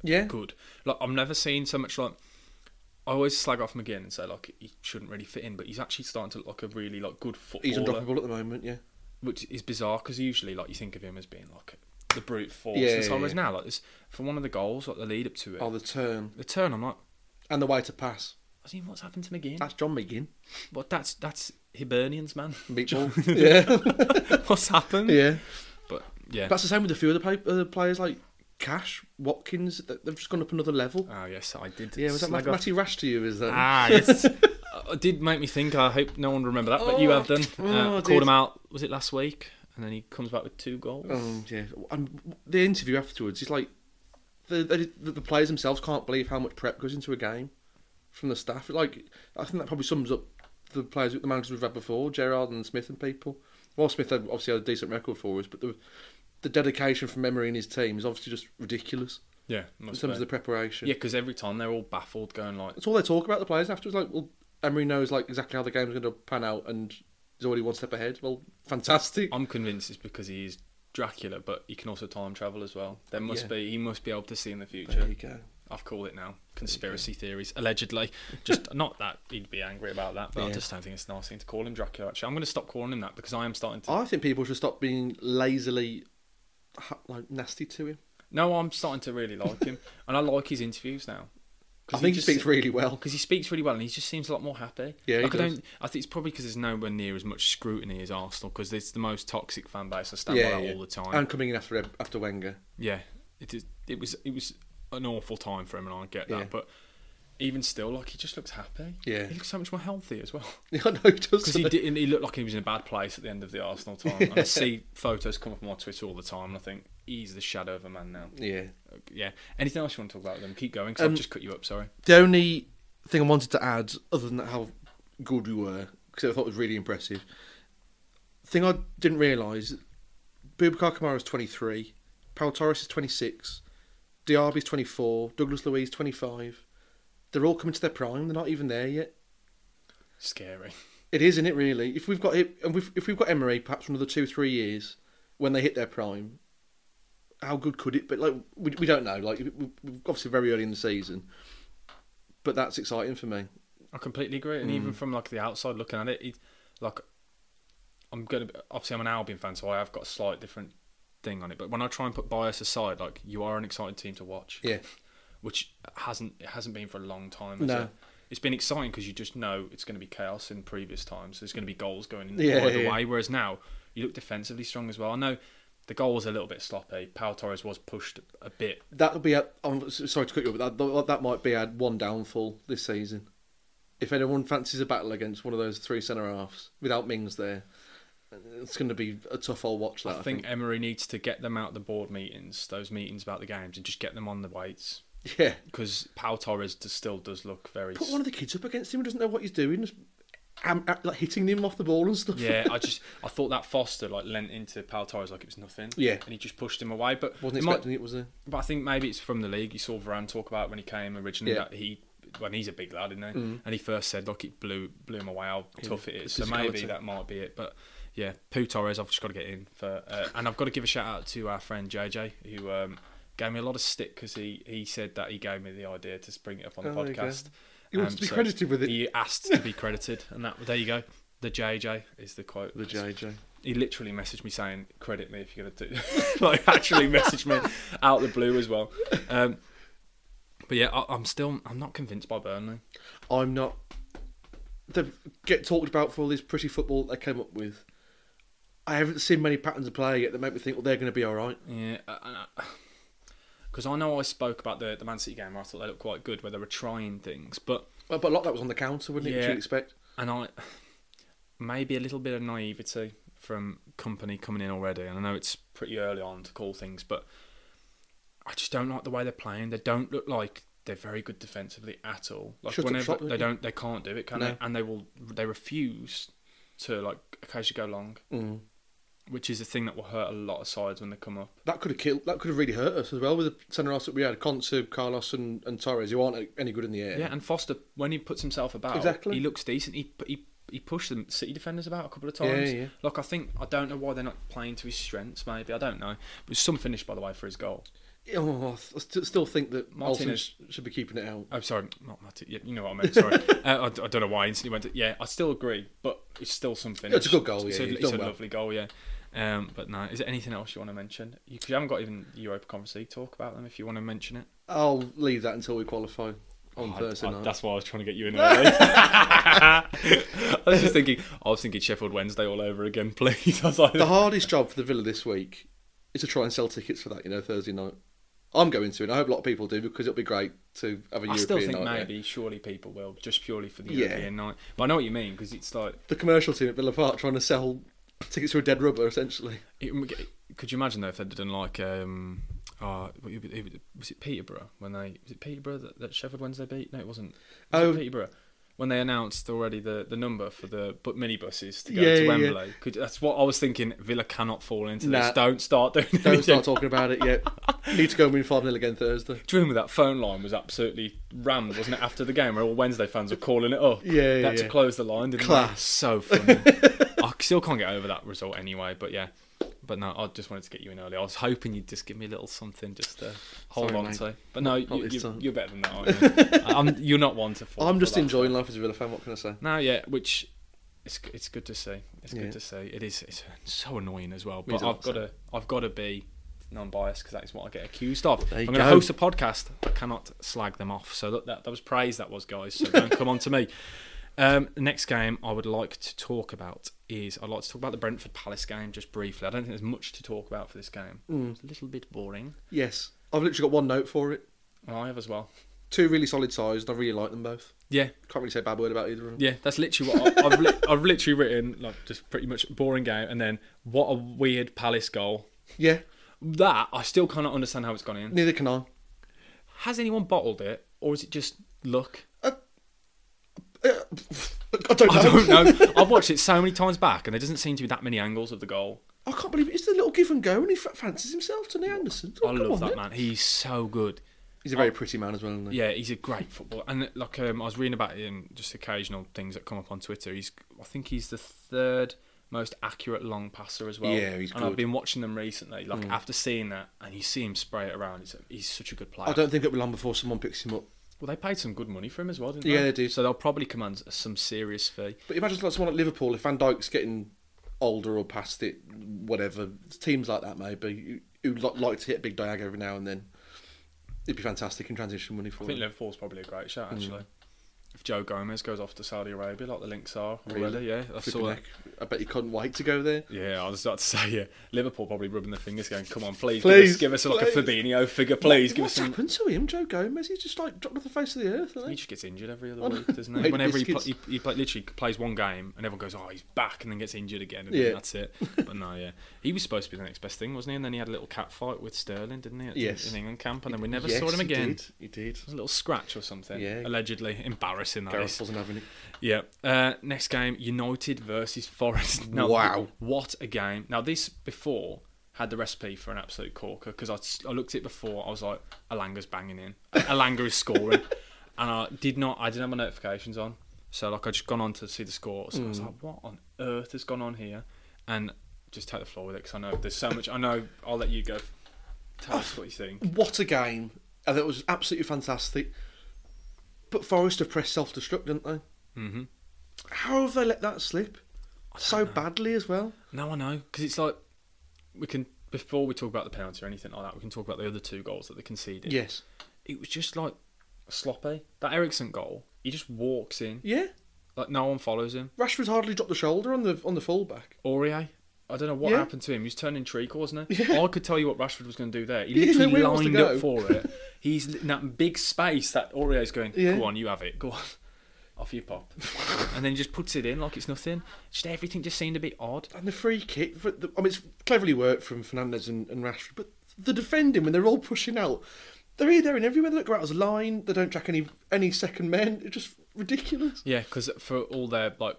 yeah, good. Like I've never seen so much like. I always slag off McGinn and say like he shouldn't really fit in, but he's actually starting to look like a really like good he's footballer, unblockable at the moment. Yeah, which is bizarre because usually like you think of him as being like the brute force. Yeah, and yeah, stuff. Whereas yeah. now like this for one of the goals, like the lead up to it, oh the turn the turn, I'm like, and the way to pass. I mean, what's happened to McGinn? That's John McGinn. But that's that's Hibernians, man. <laughs> <laughs> Meatball. yeah, what's happened? yeah. But yeah. That's the same with a few other play- other players like Cash, Watkins. th- They've just gone up another level. oh yes, I did. Yeah, was that slag Matt- off- Matty Rash to you? Is that? <laughs> Ah, yes. Uh, it did make me think. I hope no one remember that, but you Oh. have done. Oh, Uh, I called did. him out. Was it last week? And then he comes back with two goals. Um, yeah, and the interview afterwards is like the, the the players themselves can't believe how much prep goes into a game from the staff. Like I think that probably sums up the players, the managers we've had before, Gerard and Smith and people. Will Smith had, obviously had a decent record for us, but the the dedication from memory in his team is obviously just ridiculous Yeah, in must terms of be. the preparation. yeah, because every time they're all baffled, going like, That's all they talk about the players afterwards. Like, well, Emery knows like exactly how the game's going to pan out, and he's already one step ahead. Well, fantastic. I'm convinced it's because he is Dracula, but he can also time travel as well. There must Yeah. be he must be able to see in the future. There you go. I've called it now. Conspiracy theories, allegedly. Just <laughs> not that he'd be angry about that, but I Yeah. just don't think it's a nice thing to call him Dracula. Actually, I'm going to stop calling him that because I am starting to. I think people should stop being lazily ha- like nasty to him. No, I'm starting to really like <laughs> him, and I like his interviews now. I think he speaks really well. <laughs> because he speaks really well, and he just seems a lot more happy. Yeah, he like, I does. don't. I think it's probably because there's nowhere near as much scrutiny as Arsenal because it's the most toxic fan base. I stand by that all the time. And coming in after Eb- after Wenger. <laughs> Yeah, it is. It was. It was an awful time for him, and I get that. Yeah. But even still, like he just looks happy. Yeah. he looks so much more healthy as well. <laughs> I know he does. Because he didn't. He looked like he was in a bad place at the end of the Arsenal time. And I <laughs> see photos come up on my Twitter all the time, and I think he's the shadow of a man now. Yeah. Yeah. Anything else you want to talk about with him? Keep going. 'cause Um, I've just cut you up. Sorry. The only thing I wanted to add, other than how good we were, because I thought it was really impressive, thing I didn't realise Bubakar Kamara is 23, Paul Torres is 26, Diaby is 24, Douglas Louise 25. They're all coming to their prime, they're not even there yet. Scary. It is, isn't it, really? If we've got it, and we've, if we've got Emery perhaps for another two, three years when they hit their prime, how good could it? But like we, we don't know. Like we- we- we're obviously very early in the season, but that's exciting for me. I completely agree. And Mm. even from like the outside looking at it, it like I'm gonna obviously I'm an Albion fan, so I have got a slight different thing on it. But when I try and put bias aside, like you are an exciting team to watch. Yeah. which hasn't it hasn't been for a long time. has No. it? It's been exciting because you just know it's going to be chaos in previous times. There's going to be goals going in Yeah, either yeah. way. Whereas now you look defensively strong as well. I know the goal was a little bit sloppy. Pau Torres was pushed a bit. That would be. A, I'm s- sorry to cut you, but that that might be our one downfall this season. If anyone fancies a battle against one of those three centre halves without Mings there, it's going to be a tough old watch. That I think Emery needs to get them out of the board meetings, those meetings about the games, and just get them on the weights. <laughs> Yeah, Because Pau Torres just still does look very. put one of the kids up against him who doesn't know what he's doing, just am, am- like hitting him off the ball and stuff. yeah, I just I thought that Foster like lent into Pau Torres like it was nothing. Yeah. and he just pushed him away. But <laughs> wasn't it might- expecting it was a But I think maybe it's from the league. You saw Varane talk about when he came originally Yeah. Mm. that he, when he's a big lad, isn't he? And he first said, look, it blew blew him away how tough it is. So maybe physicality. that might be it. But yeah, Poo Torres, I've just got to get in for, uh, and I've got to give a shout out to our friend JJ who um, gave me a lot of stick because he he said that he gave me the idea to bring it up on the Oh, there you go. podcast. Um, He wants to be credited with it. He asked to be credited, and that there you go. The JJ is the quote. the JJ. He literally messaged me saying, "Credit me if you're gonna do." <laughs> like actually messaged me out the blue as well. Um, but yeah, I, I'm still I'm not convinced by Burnley. I'm not. They get talked about for all this pretty football they came up with. I haven't seen many patterns of play yet that make me think, well, they're going to be all right. Yeah, because I know I spoke about the the Man City game where I thought they looked quite good, where they were trying things, but Well, But a lot of that was on the counter, wouldn't it? Which Yeah. you'd expect. and I maybe a little bit of naivety from company coming in already, and I know it's pretty early on to call things, but I just don't like the way they're playing. They don't look like they're very good defensively at all. Like Shut up whenever shop, they don't you? don't, they can't do it, can No. they? And they will, they refuse to like occasionally go long, Mm. which is a thing that will hurt a lot of sides when they come up. That could have killed. That could have really hurt us as well with the centre halves that we had, Conte, Carlos, and, and Torres, who aren't any good in the air. Yeah, and Foster when he puts himself about, Exactly. he looks decent. He he he pushed the City defenders about a couple of times. Yeah, yeah. Like I think I don't know why they're not playing to his strengths. Maybe I don't know. It was some finish by the way for his goal. Oh, I st- still think that Olsen Martinez. sh- should be keeping it out. Oh, sorry, not Matic. Yeah, you know what I meant. <laughs> Sorry, uh, I, d- I don't know why I instantly went. To, yeah, I still agree, but it's still some finish. It's a good goal, It's yeah, a, he's it's done a well. lovely goal. Yeah. Um, but no, is there anything else you want to mention? You, 'cause you haven't got even Europa Conference League talk about them if you want to mention it. I'll leave that until we qualify on I- Thursday I- night. That's why I was trying to get you <laughs> in early. I was just thinking. I was thinking Sheffield Wednesday all over again, <laughs> please. I was like, the hardest job for the Villa this week is to try and sell tickets for that. You know, Thursday night. I'm going to, and I hope a lot of people do because it'll be great to have a I European still think night. there. maybe, surely people will just purely for the Yeah. European night. But I know what you mean because it's like, The commercial team at Villa Park trying to sell tickets to a dead <laughs> rubber, essentially. it, could you imagine though if they'd done like, um, uh, what it- it- was it Peterborough when they was it Peterborough that, that Sheffield Wednesday beat? No, it wasn't. Was it Oh, Peterborough. when they announced already the, the number for the but minibuses to go Yeah, to yeah, yeah. Wembley. Could, that's what I was thinking. Villa cannot fall into Nah. this. Don't start doing. Don't anything. start talking about it yet. Need to go and win 5 0 again Thursday. <laughs> Do you remember that phone line was absolutely rammed, wasn't it? After the game, where all Wednesday fans were calling it up. Yeah, They yeah, had to yeah. close the line. Didn't Class. They? So funny. <laughs> I still can't get over that result anyway. But yeah, but no, I just wanted to get you in early. I was hoping you'd just give me a little something just to hold Sorry, on mate. to. But no, not you, this you, time. you're better than that. Aren't you? <laughs> I'm, you're not one to fall. I'm just for that. enjoying life as a Villa fan, what can I say? No, yeah, which it's g- it's good to see. It's Yeah. good to see. It is. It's so annoying as well. We But don't I've got to I've got to be non-biased because that is what I get accused of. There I'm you going to go. host a podcast. I cannot slag them off. So that that, that was praise. That was guys. So don't come on to <laughs> me. Um, the next game I would like to talk about is I'd like to talk about the Brentford Palace game just briefly. I don't think there's much to talk about for this game. Mm. It's a little bit boring. Yes. I've literally got one note for it. Well, I have as well. Two really solid sides, and I really like them both. Yeah, Can't really say a bad word about either of them. Yeah, that's literally what I, I've, li- <laughs> I've literally written. Like, just pretty much boring game, and then what a weird Palace goal. Yeah, That I still cannot understand how it's gone in. neither can I. <laughs> Has anyone bottled it, or is it just luck? I don't know. I I, don't know. I've watched it so many times back, and there doesn't seem to be that many angles of the goal. can't believe it. It's the little give and go, and he fa- fancies himself, doesn't he, Anderson? Oh, I come love on, that then. man. He's so good. He's a very pretty man as well, isn't he? Yeah, he's a great footballer. And like um, I was reading about him, just occasional things that come up on Twitter. He's, I think he's the third most accurate long passer as well. Yeah, he's And good. Mm. I've been watching them recently. Like after seeing that, and you see him spray it around. It's, he's such a good player. I don't think it'll be long before someone picks him up. Well, they paid some good money for him as well, didn't Yeah, they? they did. So they'll probably command some serious fee. But imagine like someone like Liverpool, if Van Dijk's getting older or past it, whatever, teams like that maybe, who who li- like to hit a big diag every now and then, it'd be fantastic in transition money for I think them. Liverpool's probably a great Mm. shot actually. If Joe Gomez goes off to Saudi Arabia, like the links are already, Really? yeah, I Flipping saw that. heck, I bet you couldn't wait to go there. Yeah, I was about to say, yeah, Liverpool probably rubbing their fingers, going, "Come on, please, Please, give us, give us like a please." Fabinho figure, please, give us What's some." happened to him, Joe Gomez? He's just like dropped off the face of the earth. Isn't He he? just gets injured every other I know. week, doesn't he? Made Whenever he, pl- biscuits. he, he pl- literally plays one game and everyone goes, oh, he's back, and then gets injured again, and Yeah. then that's it. But no, yeah. He was supposed to be the next best thing, wasn't he? And then he had a little cat fight with Sterling, didn't he? at- Yes. In England camp, and then we never Yes, saw him he again. Did. He did. It was a little scratch or something. Yeah. Allegedly. Embarrassing, that Gareth is. wasn't having it. Yeah. Uh, next game United versus Forest. <laughs> Now, Wow. What a game. Now, this before had the recipe for an absolute corker because I, s- I looked at it before. I was like, Alanga's banging in. <laughs> Alanga is scoring. and I did not, I didn't have my notifications on. So, like, I just gone on to see the scores. I was like, what on earth has gone on here? And just take the floor with it because I know there's so much. I know I'll let you go. Tell us what you think. What a game! And it was absolutely fantastic. But Forest have pressed self-destruct, didn't they? Mm-hmm. How have they let that slip so badly as well? No, I know because it's like we can before we talk about the penalty or anything like that, we can talk about the other two goals that they conceded. Yes. it was just like sloppy. That Ericsson goal, he just walks in Yeah. like no one follows him. Rashford hardly dropped the shoulder on the on the fullback. Aurier, I don't know what Yeah. happened to him. He was turning treacle, wasn't he? <laughs> Yeah. I could tell you what Rashford was going to do there. <laughs> He He didn't know literally where he was to lined up go. for it. <laughs> He's in that big space that Aurier's going. Yeah. Go on, you have it. Go on. <laughs> Off you <laughs> pop, and then just puts it in like it's nothing. Just everything just seemed a bit odd. And the free kick, for the, I mean, it's cleverly worked from Fernandez and, and Rashford, but the defending when they're all pushing out, they're here, there, and everywhere. They don't go out as a line. They don't track any any second men. It's just ridiculous. Yeah, because for all their like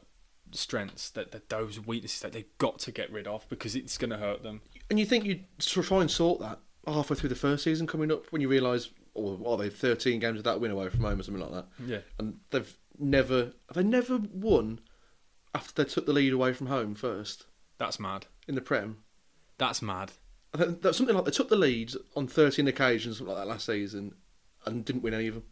strengths, that, that those weaknesses that they've got to get rid of because it's going to hurt them. And you think you'd sort of try and sort that halfway through the first season coming up when you realise, oh, what are they, 13 games without a win away from home or something like that? Yeah. And they've never, have they never won after they took the lead away from home first That's mad. in the Prem? That's mad. I think that's something like they took the lead on 13 occasions, something like that last season, and didn't win any of them.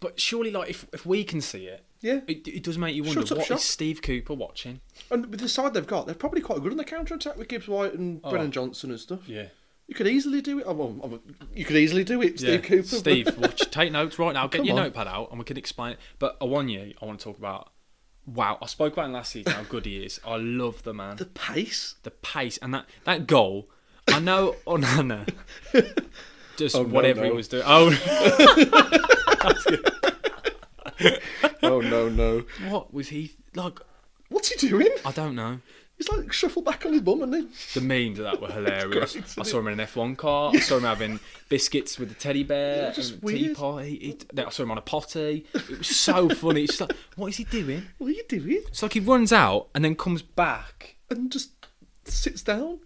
But surely, like if if we can see it, Yeah. it, it does make you Shut wonder up what is shop. Steve Cooper watching? And with the side they've got, they're probably quite good on the counter attack with Gibbs White and Oh. Brennan Johnson and stuff. Yeah, You could easily do it. Oh, well, oh, you could easily do it, Steve yeah. Cooper. Steve, <laughs> watch, take notes right now. Get Come your on. notepad out, and we can explain it. But I want you. I want to talk about. Wow, I spoke about him last season <laughs> how good he is. I love the man, the the, pace. pace, and that that goal. I know <laughs> Onana, just Oh, no, whatever he no. was doing. Oh. oh no, no. What was he like? What's he doing? I don't know. He's like shuffled back on his bum, and then The memes of that were hilarious. <laughs> great, isn't I saw him in an F1 car. I saw him having biscuits with the teddy bear, It's just and the tea weird. party. It- then I saw him on a potty. It was so funny. It's just like, what is he doing? what are you doing? It's like he runs out and then comes back. And just sits down.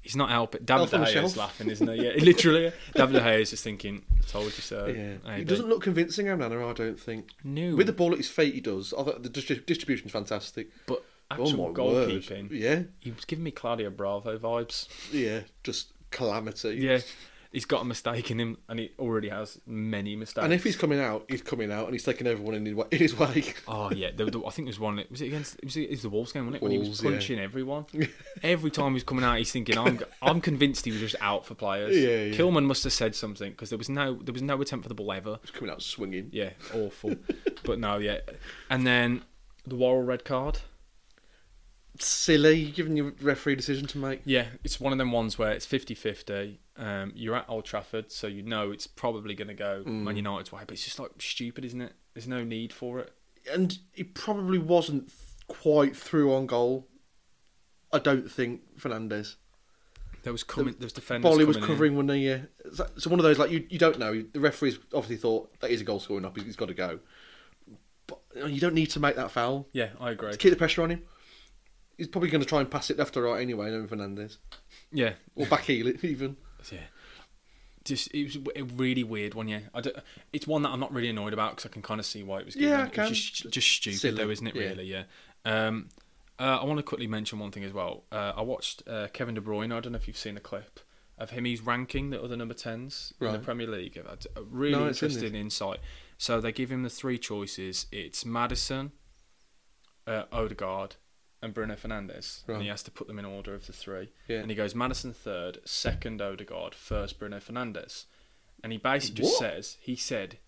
He's not helping. David Elf on De the Gea is shelf. laughing, isn't he? Yeah, <laughs> literally. David De Gea is just thinking, I told you so. Yeah, Maybe. he doesn't look convincing, Onana. I don't think. No. With the ball at his feet, he does. I thought the distrib- distribution's fantastic. But oh actual my goalkeeping, word! Yeah, he was giving me Claudio Bravo vibes. yeah, just calamity. Yeah, he's got a mistake in him, and he already has many mistakes. And if he's coming out, he's coming out, and he's taking everyone in his wa- in his way. <laughs> Oh yeah, the, the, I think there was one. Was it against? Was it, it was the Wolves game? Wasn't it? when he was Wolves, yeah. punching <laughs> everyone. Every time he was coming out, he's thinking, "I'm, I'm convinced he was just out for players." Yeah, yeah. Kilman must have said something because there was no, there was no attempt for the ball ever. He's coming out swinging. Yeah, <laughs> awful. but no, yeah. And then the Worrell red card. Silly, you're giving your referee decision to make. Yeah, it's one of them ones where it's 50-50. Um, you're at Old Trafford, so you know it's probably going to go Mm. Man United's way. But it's just like stupid, isn't it? There's no need for it. And he probably wasn't th- quite through on goal. I don't think Fernandez. There was coming. there was defenders. Bolly was coming in. covering one ear. So so one of those like you, you don't know. The referee's obviously thought that is a goal scoring up. He's, he's got to go. But you, know, you don't need to make that foul. Yeah, I agree. Keep the pressure on him. He's probably going to try and pass it left or right anyway. Then Fernandez Yeah, or back heel <laughs> it even. Yeah. Just it was a really weird one, yeah. I don't- it's one that I'm not really annoyed about because I can kind of see why it was. Given. Yeah, I It was can. just, just stupid Silly. though, isn't it? Yeah. Really, yeah. Um, uh, I want to quickly mention one thing as well. Uh, I watched uh, Kevin De Bruyne. I don't know if you've seen the clip of him. He's ranking the other number tens in Right. the Premier League. I've had a really No, it's in interesting insight. So they give him the three choices. It's Madison, uh, Odegaard, and Bruno Fernandes, and he Right. has to put them in order of the three. Yeah. And he goes Madison third, second Odegaard, first Bruno Fernandes, and he basically just What? says he said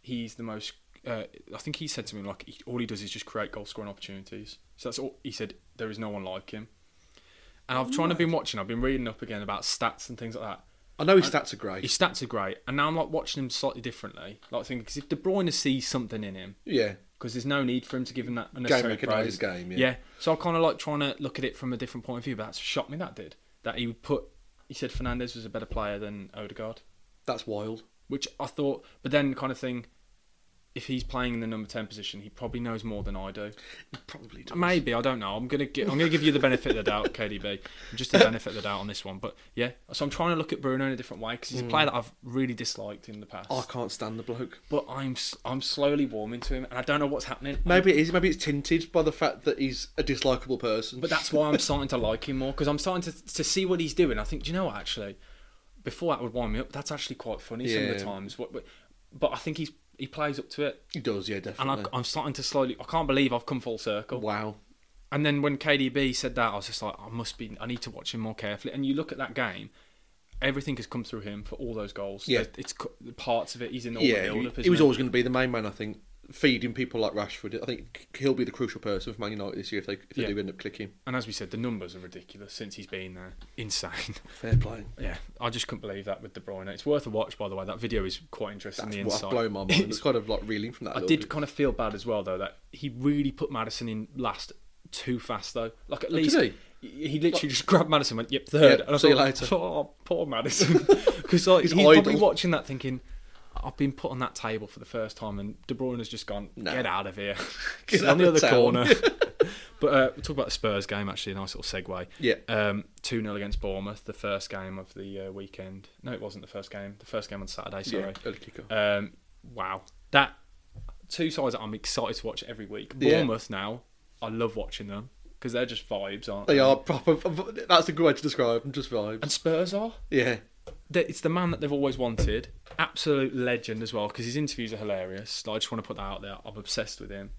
he's the most. Uh, I think he said something like he, all he does is just create goal scoring opportunities. So that's all he said. There is no one like him. And I've trying to been watching. I've been reading up again about stats and things like that. I know his stats are great. His stats are great, and now I'm like watching him slightly differently. Like thinking because if De Bruyne sees something in him, yeah, because there's no need for him to give him that unnecessary praise. recognised game, yeah. So I kind of like trying to look at it from a different point of view, but that's shocked me that did that he would put. He said Fernandez was a better player than Odegaard, that's wild. which I thought, but then kind of thing. If he's playing in the number ten position, he probably knows more than I do. He probably does. Maybe I don't know. I'm gonna gi- I'm gonna give you the benefit of the doubt, <laughs> KDB, just the benefit of the doubt on this one. But yeah, so I'm trying to look at Bruno in a different way because he's a player that I've really disliked in the past. Mm. I can't stand the bloke. But I'm s- I'm slowly warming to him, and I don't know what's happening. Maybe it is. Maybe it's tinted by the fact that he's a dislikable person. But that's why I'm starting to like him more because I'm starting to, to see what he's doing. I think, do you know what, actually, before that would wind me up, that's actually quite funny some of the Yeah. times. What, but, but I think he's he plays up to it. he does, yeah, And I, definitely. I'm starting to slowly, I can't believe I've come full circle. wow. And then when KDB said that, I was just like, I must be, I need to watch him more carefully. And you look at that game, everything has come through him for all those goals. Yeah. There's- It's co- parts of it, he's in all the Yeah, build up. he, he was always going to be the main man. I think feeding people like Rashford. I think he'll be the crucial person for Man United this year if they if they Yeah. do end up clicking. And as we said, the numbers are ridiculous since he's been there. Insane. Fair play. Yeah, I just couldn't believe that with De Bruyne. It's worth a watch, by the way. That video is quite interesting. That's the what insight. I've <laughs> blown my mind. It's kind of like reeling from that. I a did little bit. kind of feel bad as well, though, that he really put Madison in last too fast, though. Like at Oh, did least he? he? literally just grabbed Madison, and went yep third, Yep, and I see you thought, later. oh, poor <laughs> Madison, because like, he's, He's probably idle. watching that thinking. I've been put on that table for the first time, and De Bruyne has just gone. No. Get out of here! <laughs> <laughs> Get on out the of other town." <laughs> corner. <laughs> but uh, we'll talk about the Spurs game. Actually, a nice little segue. Yeah. Um, 2 0 against Bournemouth, the first game of the uh, weekend. No, it wasn't the first game. The first game on Saturday, sorry. Yeah, early kick-off. Um, wow. That two sides that I'm excited to watch every week. Yeah. Bournemouth now, I love watching them because they're just vibes, aren't they? They are proper. That's a good way to describe them. Just vibes. And Spurs are. yeah. They- It's the man that they've always wanted. Absolute legend as well because his interviews are hilarious. Like, I just want to put that out there. I'm obsessed with him.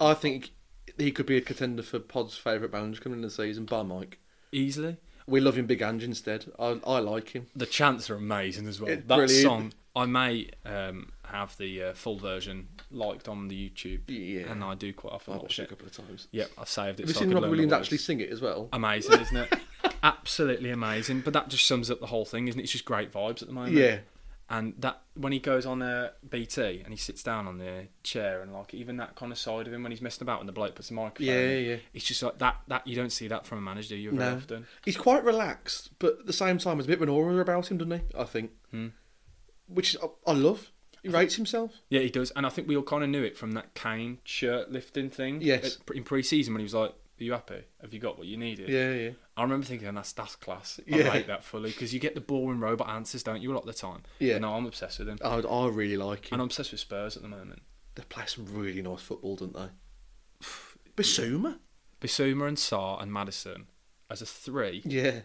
I think he could be a contender for Pod's favourite manager coming in the season, bar Mike. Easily. We love him, Big Ange, instead. I, I like him. the chants are amazing as well. It's that brilliant. song, I may um, have the uh, full version liked on the YouTube, Yeah. and I do quite often I watch watched it a it. couple of times. Yep, I saved it. Have you so I seen could Rob learn the Williams words. actually sing it as well? Amazing, <laughs> isn't it? Absolutely amazing. But that just sums up the whole thing, isn't it? It's just great vibes at the moment. Yeah. And that when he goes on a BT and he sits down on the chair and like even that kind of side of him when he's messing about when the bloke puts the microphone. Yeah, in, yeah. It's just like that. That you don't see that from a manager, do you? Very No. often. He's quite relaxed, but at the same time, there's a bit of an aura about him, doesn't he? I think. Hmm. Which is, I, I love. He rates himself. Yeah, he does. And I think we all kind of knew it from that Kane shirt lifting thing. Yes. at- In pre season when he was like, Are you happy? Have you got what you needed? Yeah, yeah. I remember thinking, That's, that's class. I Yeah. rate that fully because you get the boring robot answers, don't you, a lot of the time? Yeah. No, I'm obsessed with him. I, I really like him. And I'm obsessed with Spurs at the moment. They play some really nice football, don't they? Basuma. Bissouma and Saar and Madison as a three. Yeah.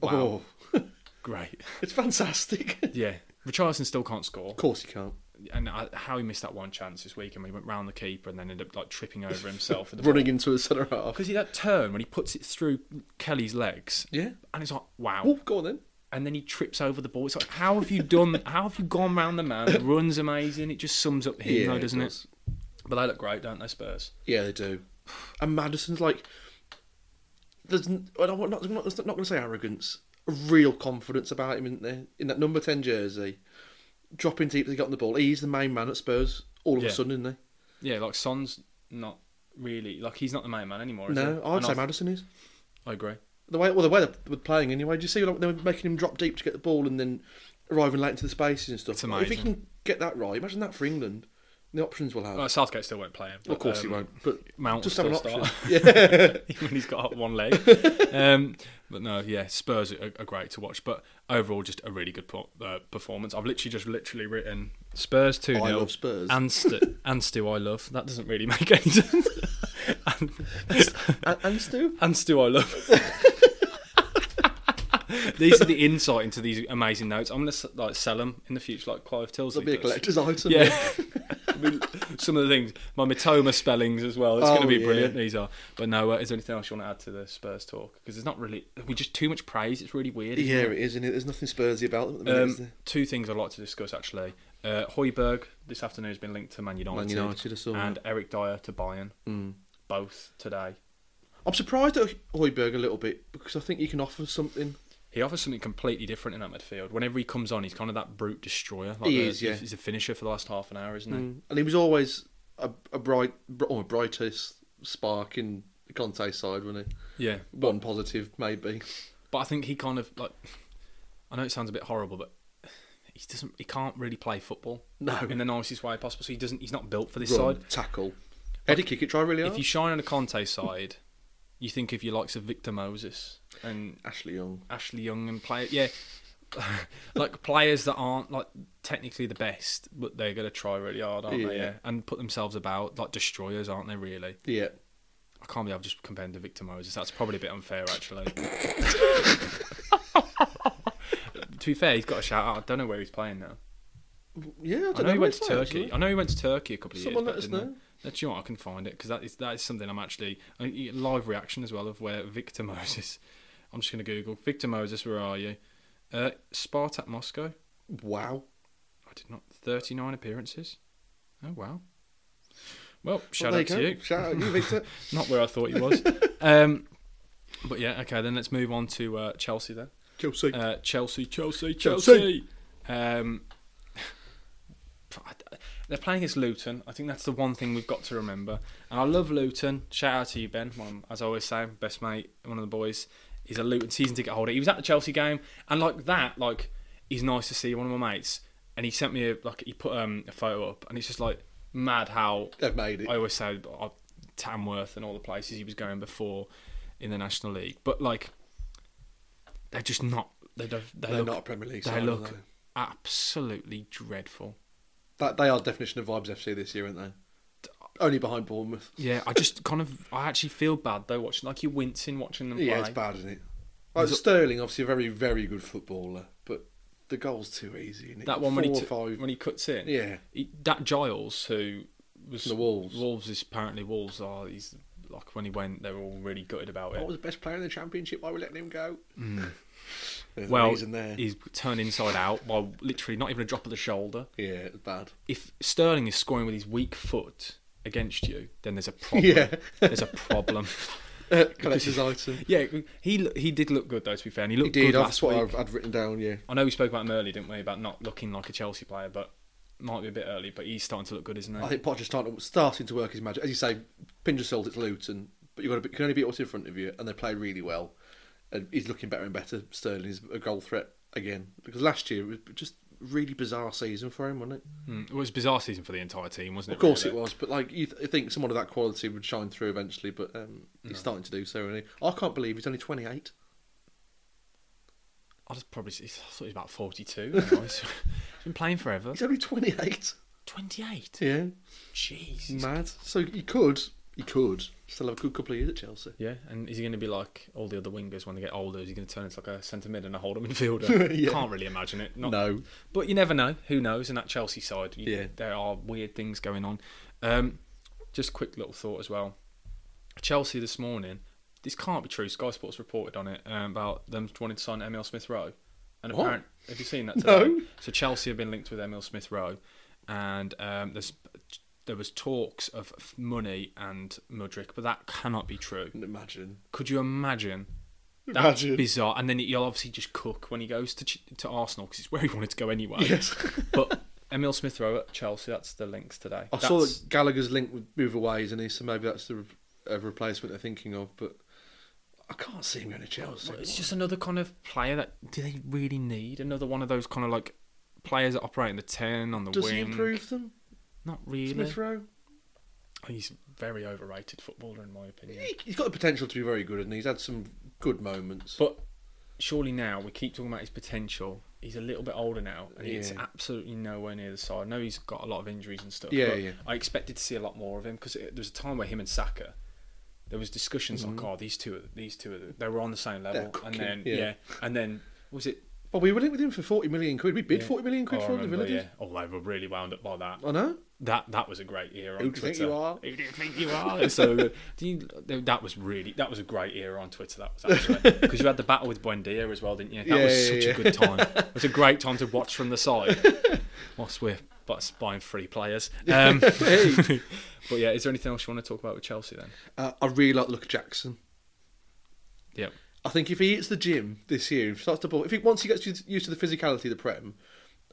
Wow. Oh, Great. it's fantastic. <laughs> <laughs> of Yeah. Richardson still can't score. course you can't. And I, how he missed that one chance this week and he went round the keeper and then ended up like tripping <laughs> over himself. with the Running into a centre half. Because he that turn when he puts it through Kelly's legs. Yeah. And it's like, wow. Oh, go on then. and then he trips over the ball. It's like, how have you <laughs> done? how have you gone round the man? Runs amazing. It just sums up him, Yeah, though, it doesn't it, does. But they look great, don't they, Spurs? Yeah, they do. And Madison's like, there's n- I don't, I'm not, I'm not, I'm not going to say arrogance, a real confidence about him, isn't there? In that number 10 jersey, dropping deep, they got on the ball. He's the main man at Spurs all of Yeah. a sudden, isn't Yeah, like Son's not really like he's not the main man anymore. he? Is No, he? I'd And say I, Madison is. I agree. The way, well, the way they were playing anyway, do you see like, they were making him drop deep to get the ball and then arriving late into the spaces and stuff? It's If he amazing. can get that right, imagine that for England, the options we'll have. Well, Southgate still won't play him. of course um, he won't, but Mount just have will an still option. start <laughs> <laughs> Yeah. when he's got one <laughs> leg. um, but no, yeah, Spurs are, are great to watch. But overall, just a really good po- uh, performance. I've literally just literally written Spurs two 0 I love Spurs. and <laughs> Stu and Stu I love. That doesn't really make any sense. and, and, and Stu? <laughs> and Stu I <laughs> love. these are the insight into these amazing notes. I'm gonna s- like sell them in the future, like Clive Tilsley. That'd be a does. collector's item. <laughs> Yeah. I mean, some of the things, my Matoma spellings as well. It's going to Oh, be yeah. brilliant. These are. But no, uh, is there anything else you want to add to the Spurs talk? Because there's not really, we just too much praise. It's really weird. isn't Yeah, it? it is, and there's nothing Spursy about them. At the minute, is Um, there? two things I'd like to discuss actually. Uh, Hoiberg this afternoon has been linked to Man United, Man United, I saw that. Mm. and Eric Dyer to Bayern, both today. I'm surprised at Hoiberg a little bit because I think he can offer something. He offers something completely different in that midfield. Whenever he comes on, he's kind of that brute destroyer. Like He the- is, yeah. Mm. He's a finisher for the last half an hour, isn't he? And he was always a, a bright, br- or brightest spark in Conte's side, wasn't he? Yeah, One positive, maybe. but I think he kind of like. I know it sounds a bit horrible, but he doesn't. He can't really play football. No. in the nicest way possible. So he doesn't. He's not built for this Run, side. tackle, heady kick it, try really hard. If you shine on a Conte side, you think of your likes of Victor Moses and Ashley Young. Ashley Young and play yeah, <laughs> like players that aren't like technically the best, but they're gonna try really hard, aren't they? Yeah. Yeah, and put themselves about like destroyers, aren't they? Really, Yeah. I can't believe I've just compared him to Victor Moses. That's probably a bit unfair, <laughs> actually. to be fair, he's got a shout out. I don't know where he's playing now. Yeah, I, don't I know he where went he's to playing, Turkey. actually. I know he went to Turkey a couple of Someone years. let us back, didn't know. they? That's you know what, I can find it because that is that is something I'm actually I, you get live reaction as well of where Victor <laughs> Moses. I'm just going to Google Victor Moses. Where are you? Uh, Spartak Moscow. Wow. I did not. 39 appearances. Oh wow. Well, Well, shout there out to go. you. Shout out <laughs> you, Victor. Not where I thought he was. um, but yeah, okay. Then let's move on to uh, Chelsea then. Chelsea. Uh, Chelsea, Chelsea, Chelsea. Chelsea. Um, <laughs> they're playing against Luton. I think that's the one thing we've got to remember. And I love Luton. Shout out to you, Ben. One, as I always say, best mate, one of the boys. He's a Luton season ticket holder. He was at the Chelsea game, and like that, like he's nice to see one of my mates. And he sent me a like he put um, a photo up, and it's just like mad how They've made it. I always say uh, Tamworth and all the places he was going before in the National League, but like they're just not. They don't. They They're look, not a Premier League They side, are look they? absolutely dreadful. That, they are definition of vibes FC this year, aren't they? Only behind Bournemouth. Yeah, I just kind of. I actually feel bad though watching. Like you're wincing watching them play. Yeah, it's bad, isn't it? Like, Sterling, obviously a very, very good footballer, but the goal's too easy. Isn't it? That one Four when he or t- five. when he cuts in. Yeah. He, that Giles who was The Wolves. Wolves is apparently Wolves are. He's like when he went, they were all really gutted about it. What was the best player in the championship? Why were we letting him go? <laughs> There's a Mm. well, reason there. he's turned inside out by literally not even a drop of the shoulder. Yeah, it's bad. if Sterling <laughs> is scoring with his weak foot against you, then there's a problem. Yeah. there's a problem. <laughs> Uh, <laughs> collector's item. Yeah, he lo- he did look good though. To be fair, and he He looked did. good last That's what week. I've, I'd written down. Yeah. I know we spoke about him earlier, didn't we, about not looking like a Chelsea player, but might be a bit early. But he's starting to look good, isn't he? I think Potter's starting to, starting to work his magic. As you say, Pinger sold it to Luton, but you got to, you can only beat what's in front of you, and they play really well. And he's looking better and better. Sterling is a goal threat again because last year it was just really bizarre season for him, wasn't it? Mm. It was a bizarre season for the entire team, wasn't it? Of course really? it was, but like you th- you think someone of that quality would shine through eventually, but um, he's starting to do so. And he, I can't believe he's only twenty eight. I just probably I thought he was about forty-two. you know, <laughs> he's been playing forever. He's only twenty <laughs> eight. <laughs> Twenty-eight. Yeah, Jeez. mad. So he could, he could still have a good couple of years at Chelsea. Yeah, and is he going to be like all the other wingers when they get older? Is he going to turn into like a centre mid and a holder midfielder? <laughs> Yeah. Can't really imagine it. Not, No, But you never know. Who knows? And that Chelsea side, you, Yeah. there are weird things going on. Um, just quick little thought as well. Chelsea this morning. This can't be true. Sky Sports reported on it um, about them wanting to sign Emil Smith Rowe. And What? apparently, have you seen that? No. Today? So Chelsea have been linked with Emil Smith Rowe, and um, there's there was talks of money and Mudrick, but that cannot be true. imagine. Could you imagine? That's Imagine. bizarre. And then you'll obviously just cook when he goes to Ch- to Arsenal because it's where he wanted to go anyway. Yes. <laughs> but Emil Smith Rowe at Chelsea. That's the links today. I saw That's- that Gallagher's link with move aways, and he so maybe that's the re- uh, replacement they're thinking of. But I can't see him going to Chelsea. Well, It's just another kind of player that do they really need? Another one of those kind of like players that operate in the ten on the Does wing. he improve them, Not really. Smith Rowe? He's a very overrated footballer in my opinion. He, he's got the potential to be very good, and he's had some good moments. But surely now we keep talking about his potential. He's a little bit older now, and he's Yeah. absolutely nowhere near the side. I know he's got a lot of injuries and stuff. Yeah, but yeah. I expected to see a lot more of him because there was a time where him and Saka, there was discussions like, oh, these two, are, these two, are, they were on the same level, and Mm-hmm. cooking, then yeah. yeah. and then was it? well, we were linked with him for forty million quid. We bid yeah. forty million quid Oh, I for him. remember, didn't we? yeah. Oh, they were really wound up by that. I know. That that was a great era. Who on do you think Twitter. you are? Who do you think you are? It's <laughs> so good. Do you, that was really that was a great era on Twitter. That was actually <laughs> because you had the battle with Buendia as well, didn't you? That Yeah, was yeah, such yeah. a good <laughs> time. It was a great time to watch from the side whilst we're but buying free players. <laughs> Um, <laughs> but yeah, is there anything else you want to talk about with Chelsea then? Uh, I really like Luke Jackson. Yep. I think if he hits the gym this year, if he starts to ball, if he once he gets used used to the physicality of the prem,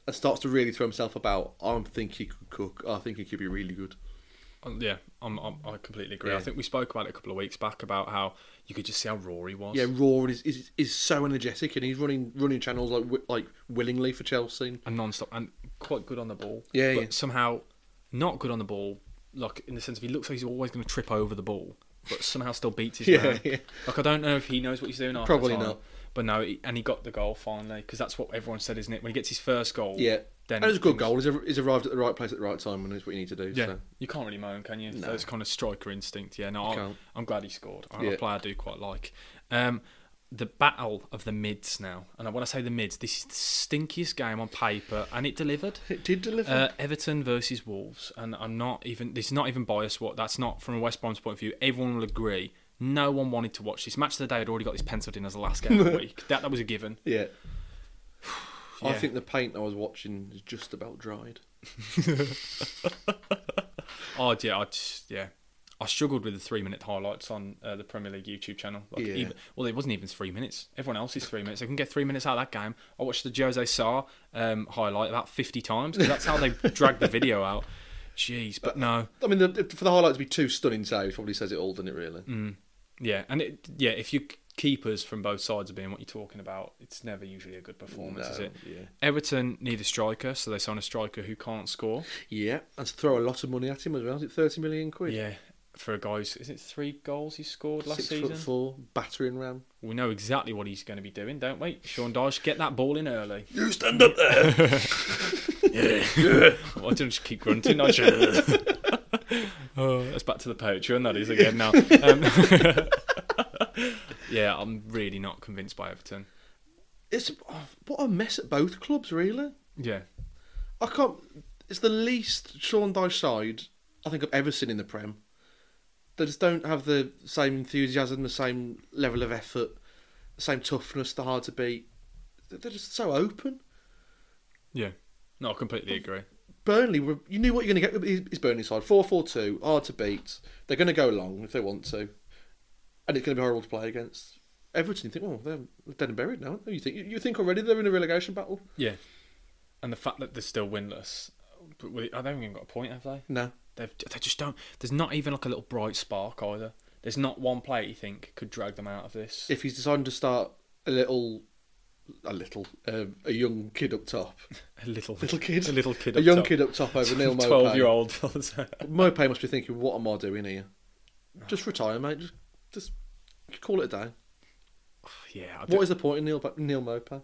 and starts to really throw himself about, I think he could cook. I think he could be really good. Um, Yeah, I'm, I'm, I completely agree. Yeah. I think we spoke about it a couple of weeks back about how you could just see how raw he was. Yeah, raw and is, is is so energetic, and he's running running channels like wi- like willingly for Chelsea. and non-stop and quite good on the ball. Yeah, but yeah. somehow not good on the ball. Like in the sense of he looks like he's always going to trip over the ball, but somehow still beats his <laughs> Yeah, man. yeah. Like I don't know if he knows what he's doing. half the Probably time, not. But no, he, and he got the goal finally because that's what everyone said, isn't it? When he gets his first goal, Yeah, then and it's a things- good goal. He's, ar- he's arrived at the right place at the right time, and it's what you need to do. Yeah, so. you can't really moan, can you? No. Those kind of striker instinct. Yeah, no, I'm, can't. I'm glad he scored. I'm Yeah. a player I do quite like. Um, the battle of the mids now, and when I say the mids, this is the stinkiest game on paper, and it <laughs> delivered. it did deliver. Uh, Everton versus Wolves, and I'm not even. This is not even biased. What that's not from a West Brom's point of view. Everyone will agree. No one wanted to watch this match of the day. Had already got this penciled in as the last game <laughs> of the week. That that was a given. <sighs> yeah. I Yeah. think the paint I was watching is just about dried. Oh yeah, I just yeah. I struggled with the three minute highlights on uh, the Premier League YouTube channel. Like Yeah. even, well, it wasn't even three minutes. Everyone else is three minutes. I can get three minutes out of that game. I watched the Jose Sarr um, highlight about 50 times 'cause that's how they drag the video out. Jeez, but no. I mean, the, the- for the highlight to be two stunning saves probably says it all, doesn't it? Really. Mm. Yeah, and it, yeah, if you keepers from both sides are being what you're talking about, it's never usually a good performance, is No, it? yeah. Everton need a striker, so they sign a striker who can't score. Yeah, and to throw a lot of money at him as well. Is it thirty million quid? Yeah, for a guy who's is it three goals he scored last Six season? foot four, battering ram. We know exactly what he's going to be doing, don't we? Sean Dyche, get that ball in <laughs> early. You stand up there. Well, I don't just keep grunting. I <laughs> should. oh, that's back to the Patreon. That is again now. Um, <laughs> yeah, I'm really not convinced by Everton. <laughs> It's oh, what a mess at both clubs, really. Yeah, I can't. It's the least Sean Dyche side I think I've ever seen in the Prem. They just don't have the same enthusiasm, the same level of effort, the same toughness, the hard to beat. They're they're just so open. yeah. No, I Oh. completely agree. Burnley, were, you knew what you're going to get with his his Burnley side. 4 4 2, hard to beat. They're going to go long if they want to. and it's going to be horrible to play against. Everton, you think, oh, they're dead and buried now. aren't they? You think you think already they're in a relegation battle? Yeah. And the fact that they're still winless, but we- I haven't even got a point, have they? No, They've, they just don't. There's not even like a little bright spark either. There's not one player you think could drag them out of this. if he's deciding to start a little, a little, um, a young kid up <laughs> top, a little <laughs> little kid, a little kid, a up young top. kid up top <laughs> over Neil Mopay. twelve-year-old. Oh, Mopay must be thinking, what am I doing here? Just retire, mate. Just, just call it a day. yeah, I don't, What is the point in Neil Pa- Neil Mopay?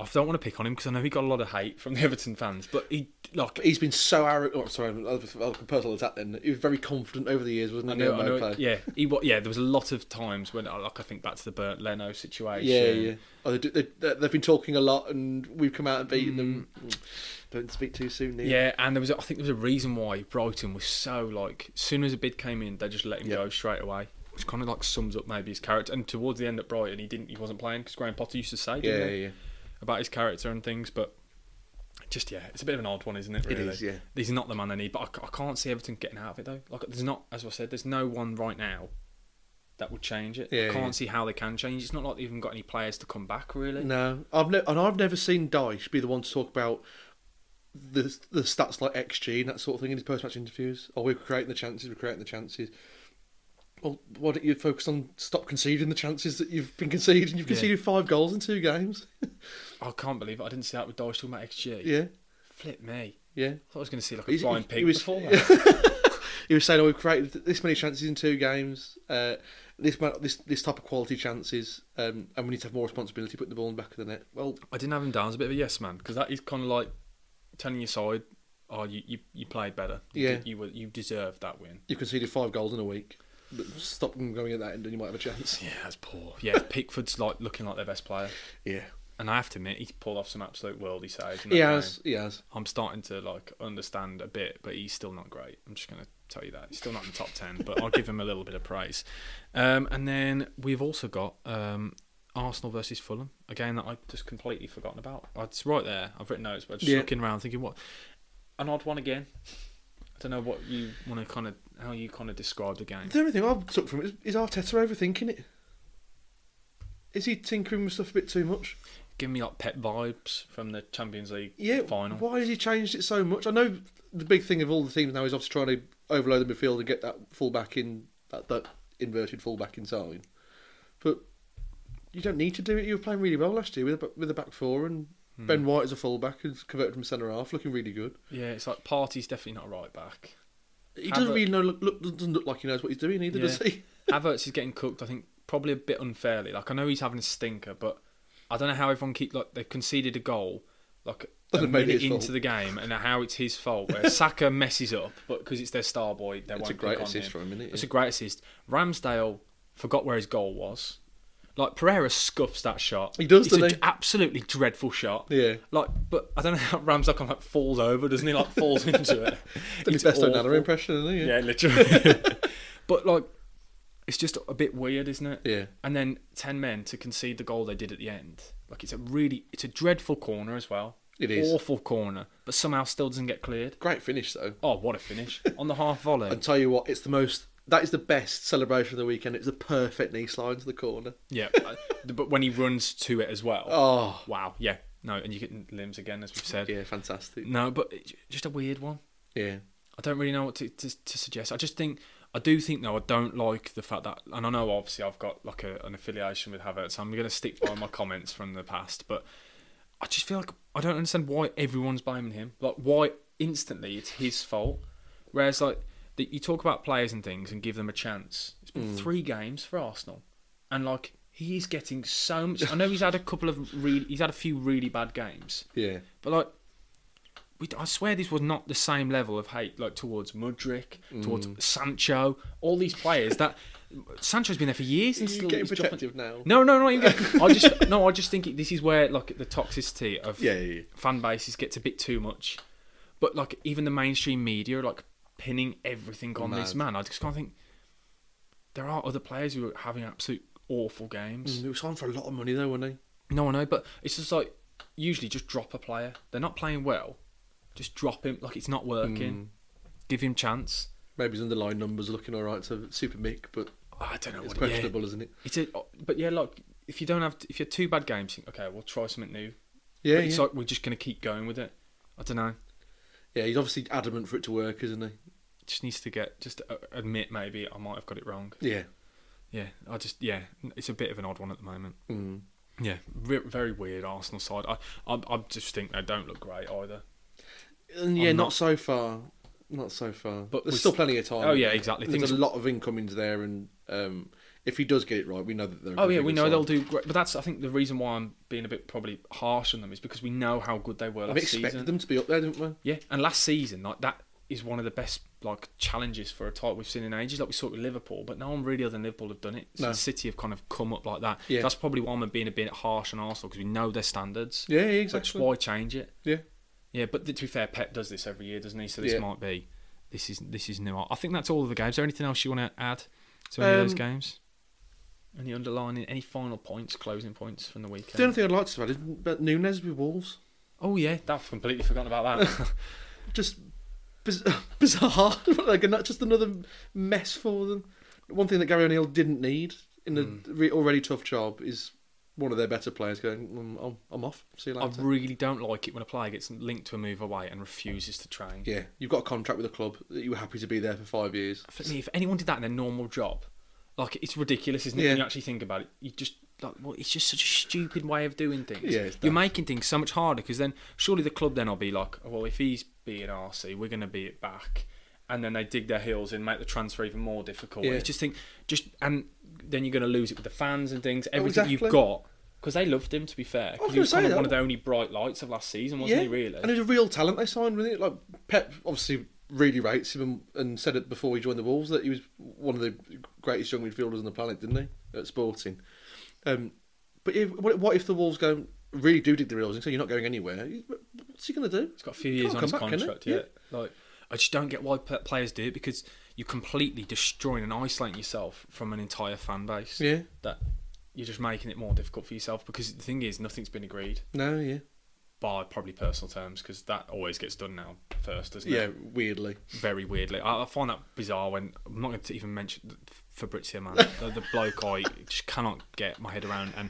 I don't want to pick on him because I know he got a lot of hate from the <laughs> Everton fans, but he like. But he's been so arrogant. Oh, sorry, I'll I'll compare all that then. He was very confident over the years, wasn't I he? know, I Neil know, Mopay? yeah, he, wa- yeah. There was a lot of times when, like, I think back to the Bert Leno situation. yeah, yeah. Oh, they do, they, they- they've been talking a lot, and we've come out and beaten them. Don't speak too soon, Neil. Mm. Yeah, and there was I think there was a reason why Brighton was so like as soon as a bid came in, they just let him Yeah. go straight away, which kind of like sums up maybe his character. And towards the end at Brighton, he didn't he wasn't playing because Graham Potter used to say yeah, didn't yeah. he, about his character and things, but. Just yeah, it's a bit of an odd one, isn't it? It Really, is, yeah. He's not the man they need, but I c- I, can't see Everton getting out of it though. Like, there's not, as I said, there's no one right now that would change it. Yeah, I yeah. can't see how they can change. It's not like they've even got any players to come back really. No, I've ne- and I've never seen Dyche be the one to talk about the the stats like XG and that sort of thing in his post match interviews. Oh, we're creating the chances, we're creating the chances. Well, why don't you focus on stop conceding the chances that you've been conceding? You've Yeah. conceded five goals in two games. I can't believe it. I didn't see that with Dyche talking about XG. yeah, Flip me. yeah. I thought I was going to see like a He's- flying he- pig he was- <laughs> before that. He was saying, "Oh, we've created this many chances in two games. Uh, this man, this this type of quality chances, um, and we need to have more responsibility. Put the ball in the back of the net. Well, I didn't have him down as a bit of a yes man because that is kind of like telling your side, oh, you, you, you played better. You Yeah. did- you were, you deserved that win. you conceded five goals in a week, but stop them going at that end, and you might have <laughs> a chance. Yeah, that's poor. Yeah, Pickford's like looking like their best player, Yeah, and I have to admit he's pulled off some absolute worldy saves. in that he game. has, he has. I'm starting to like understand a bit, but he's still not great. I'm just going to tell you that he's still not in the top ten, but I'll give him a little bit of praise. Um, and then we've also got um, Arsenal versus Fulham, a game that I just completely forgotten about. It's right there. I've written notes, but I'm just Yeah. looking around thinking what an odd one again. I don't know what you want to kind of how you kind of describe the game. The only thing I've took from it is, is Arteta overthinking it. Is he tinkering with stuff a bit too much? Give me like pet vibes from the Champions League Yeah. final. Why has he changed it so much? I know the big thing of all the teams now is obviously trying to overload the midfield and get that full back in that, that inverted full back inside. But you don't need to do it. You were playing really well last year with a, ba- with a back four and Hmm. Ben White as a full back who's converted from centre half, looking really good. Yeah, it's like Party's definitely not a right back. He Have doesn't a- really know. Look, look, doesn't look like he knows what he's doing either, Yeah. does he? <laughs> Havertz is getting cooked. I think probably a bit unfairly. Like I know he's having a stinker, but I don't know how everyone keep like they conceded a goal like a Maybe minute his into fault. the game, <laughs> and how it's his fault. Where Saka messes up, but because it's their star boy, they It's won't a great pick on assist him. for him, isn't it? It's a great assist. Ramsdale forgot where his goal was. Like Pereira scuffs that shot. He does, It's an doesn't he? absolutely dreadful shot. Yeah. Like, but I don't know how Ramsdale kind of like falls over, doesn't he? Like falls <laughs> into it. Did his It's best awful. Onana impression, isn't he? Yeah, <laughs> literally. but like, it's just a bit weird, isn't it? Yeah. And then ten men to concede the goal they did at the end. Like it's a really, it's a dreadful corner as well. It is. awful corner, but somehow still doesn't get cleared. Great finish though. Oh, what a <laughs> finish on the half volley! And tell you what, it's the most. That is the best celebration of the weekend. It's the perfect knee slide to the corner. <laughs> yeah, uh, but when he runs to it as well. Oh, Wow. Yeah. No, and you get limbs again, as we've said. yeah, fantastic. No, but it, just a weird one. Yeah, I don't really know what to, to, to suggest. I just think I do think though I don't like the fact that, and I know obviously I've got like a, an affiliation with Havertz. So I'm going to stick by my comments from the past, but I just feel like I don't understand why everyone's blaming him. Like why instantly it's his fault, whereas like the, you talk about players and things and give them a chance. It's been three games for Arsenal, and like he is getting so much. I know he's had a couple of really, he's had a few really bad games, yeah. but like, we, I swear this was not the same level of hate like towards Mudrick, towards Mm. Sancho, all these players that Sancho's been there for years. and He's still getting he's dropping- protective now. No, no, not even. I just no, I just think it, this is where like the toxicity of Yeah, yeah, yeah. fan bases gets a bit too much. But like even the mainstream media are, like pinning everything on this man. I just can't think. There are other players who are having absolute awful games. He was on for a lot of money though, wasn't No, I know, but it's just like usually just drop a player. They're not playing well. Just drop him. Like it's not Hmm. working. Give him chance. he? Maybe his underlying numbers are looking all right to Super Mick, but Oh, I don't know It's what it is. questionable, isn't it? It's a, oh, but yeah, like if you don't have, if you have two bad games, think, okay, we'll try something new. Yeah, but it's yeah. like we're just gonna keep going with it. I don't know. yeah. He's obviously adamant for it to work, isn't he? Just needs to get, just uh, admit maybe I might have got it wrong. Yeah. Yeah, I just yeah, it's a bit of an odd one at the moment. Mm. Yeah, re- very weird Arsenal side. I, I I just think they don't look great either. And yeah, I'm not, not- so far. Not so far. But But there's we- still plenty of time. Oh yeah, exactly. There's Things- a lot of incomings there, and um, if he does get it right, we know that they're. a oh good yeah, we England know side. they'll do great. But that's I think the reason why I'm being a bit probably harsh on them is because we know how good they were I've last expected season. them to be up there, didn't we? Yeah, and last season like that is one of the best like challenges for a title we've seen in ages. Like we saw it with Liverpool, but no one really other than Liverpool have done it. So No. City have kind of come up like that. Yeah. That's probably why I'm being a bit harsh on Arsenal because we know their standards. Yeah, yeah, So just exactly. why change it? Yeah, Yeah, but to be fair, Pep does this every year, doesn't he? So this Yeah. might be this is this is new. I think that's all of the games. Is there anything else you want to add to any of those Um, games? Any underlining, any final points, closing points from the the only weekend? thing I'd like to add is about Nunes with Wolves. Oh yeah, that- I've completely forgotten about <laughs> that. Just biz- <laughs> bizarre. like not just another mess for them. One thing that Gary O'Neill didn't need in a re- already tough job is one of their better players going. Mm, I'm, I'm off. See you I later. really don't like it when a player gets linked to a move away and refuses to train. yeah, you've got a contract with a club that you were happy to be there for five years. For me, if anyone did that in their normal job, like it's ridiculous, isn't it? Yeah. When you actually think about it, you just like well, it's just such a stupid way of doing things. Yeah, it's You're daft. making things so much harder because then surely the club then will be like, oh, well, if he's being RC, we're going to be it back, and then they dig their heels in, make the transfer even more difficult. Yeah. It's just think, just and then you're going to lose it with the fans and things. Everything you've Oh, exactly. got. Because they loved him, to be fair. Because he gonna was kind say of that. one of the only bright lights of last season, wasn't he? Really, And he's a real talent they signed, wasn't it? Like Pep obviously really rates him and, and said it before he joined the Wolves that he was one of the greatest young midfielders on the planet, didn't he? At Sporting. Um, but if, what, what if the Wolves go really do dig the heels and say you're not going anywhere? What's he going to do? He's got a few years Can't on his come back, can he? contract. Yeah. Like, I just don't get why p- players do it because you're completely destroying and isolating yourself from an entire fan base. Yeah. That you're just making it more difficult for yourself because the thing is, nothing's been agreed No, yeah, by probably personal terms because that always gets done now first, doesn't yeah. it? Weirdly, Very weirdly, I, I find that bizarre. When I'm not going to even mention Fabrizio man, the, the bloke I just cannot get my head around and.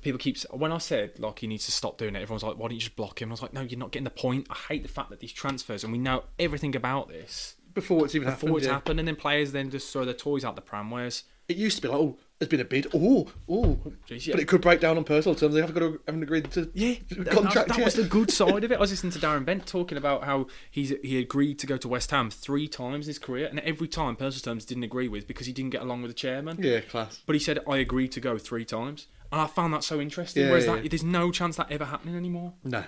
People keep s- when I said like he needs to stop doing it. Everyone's like, "Why don't you just block him?" I was like, "No, you're not getting the point." I hate the fact that these transfers and we know everything about this before it's even before happened. it's yeah. happened, and then players then just throw their toys out the pram. Whereas It used to be like, oh, there's been a bid. Oh, oh, Jeez, yeah. but it could break down on personal terms. They haven't got to, haven't agreed to Yeah, that- that- <laughs> contract That, yet. was the good side of it. I was listening to Darren Bent talking about how he's he agreed to go to West Ham three times in his career, and every time personal terms didn't agree with because he didn't get along with the chairman. yeah, class. But he said I agreed to go three times, and I found that so interesting. Yeah, whereas yeah. that there's no chance that ever happening anymore. No,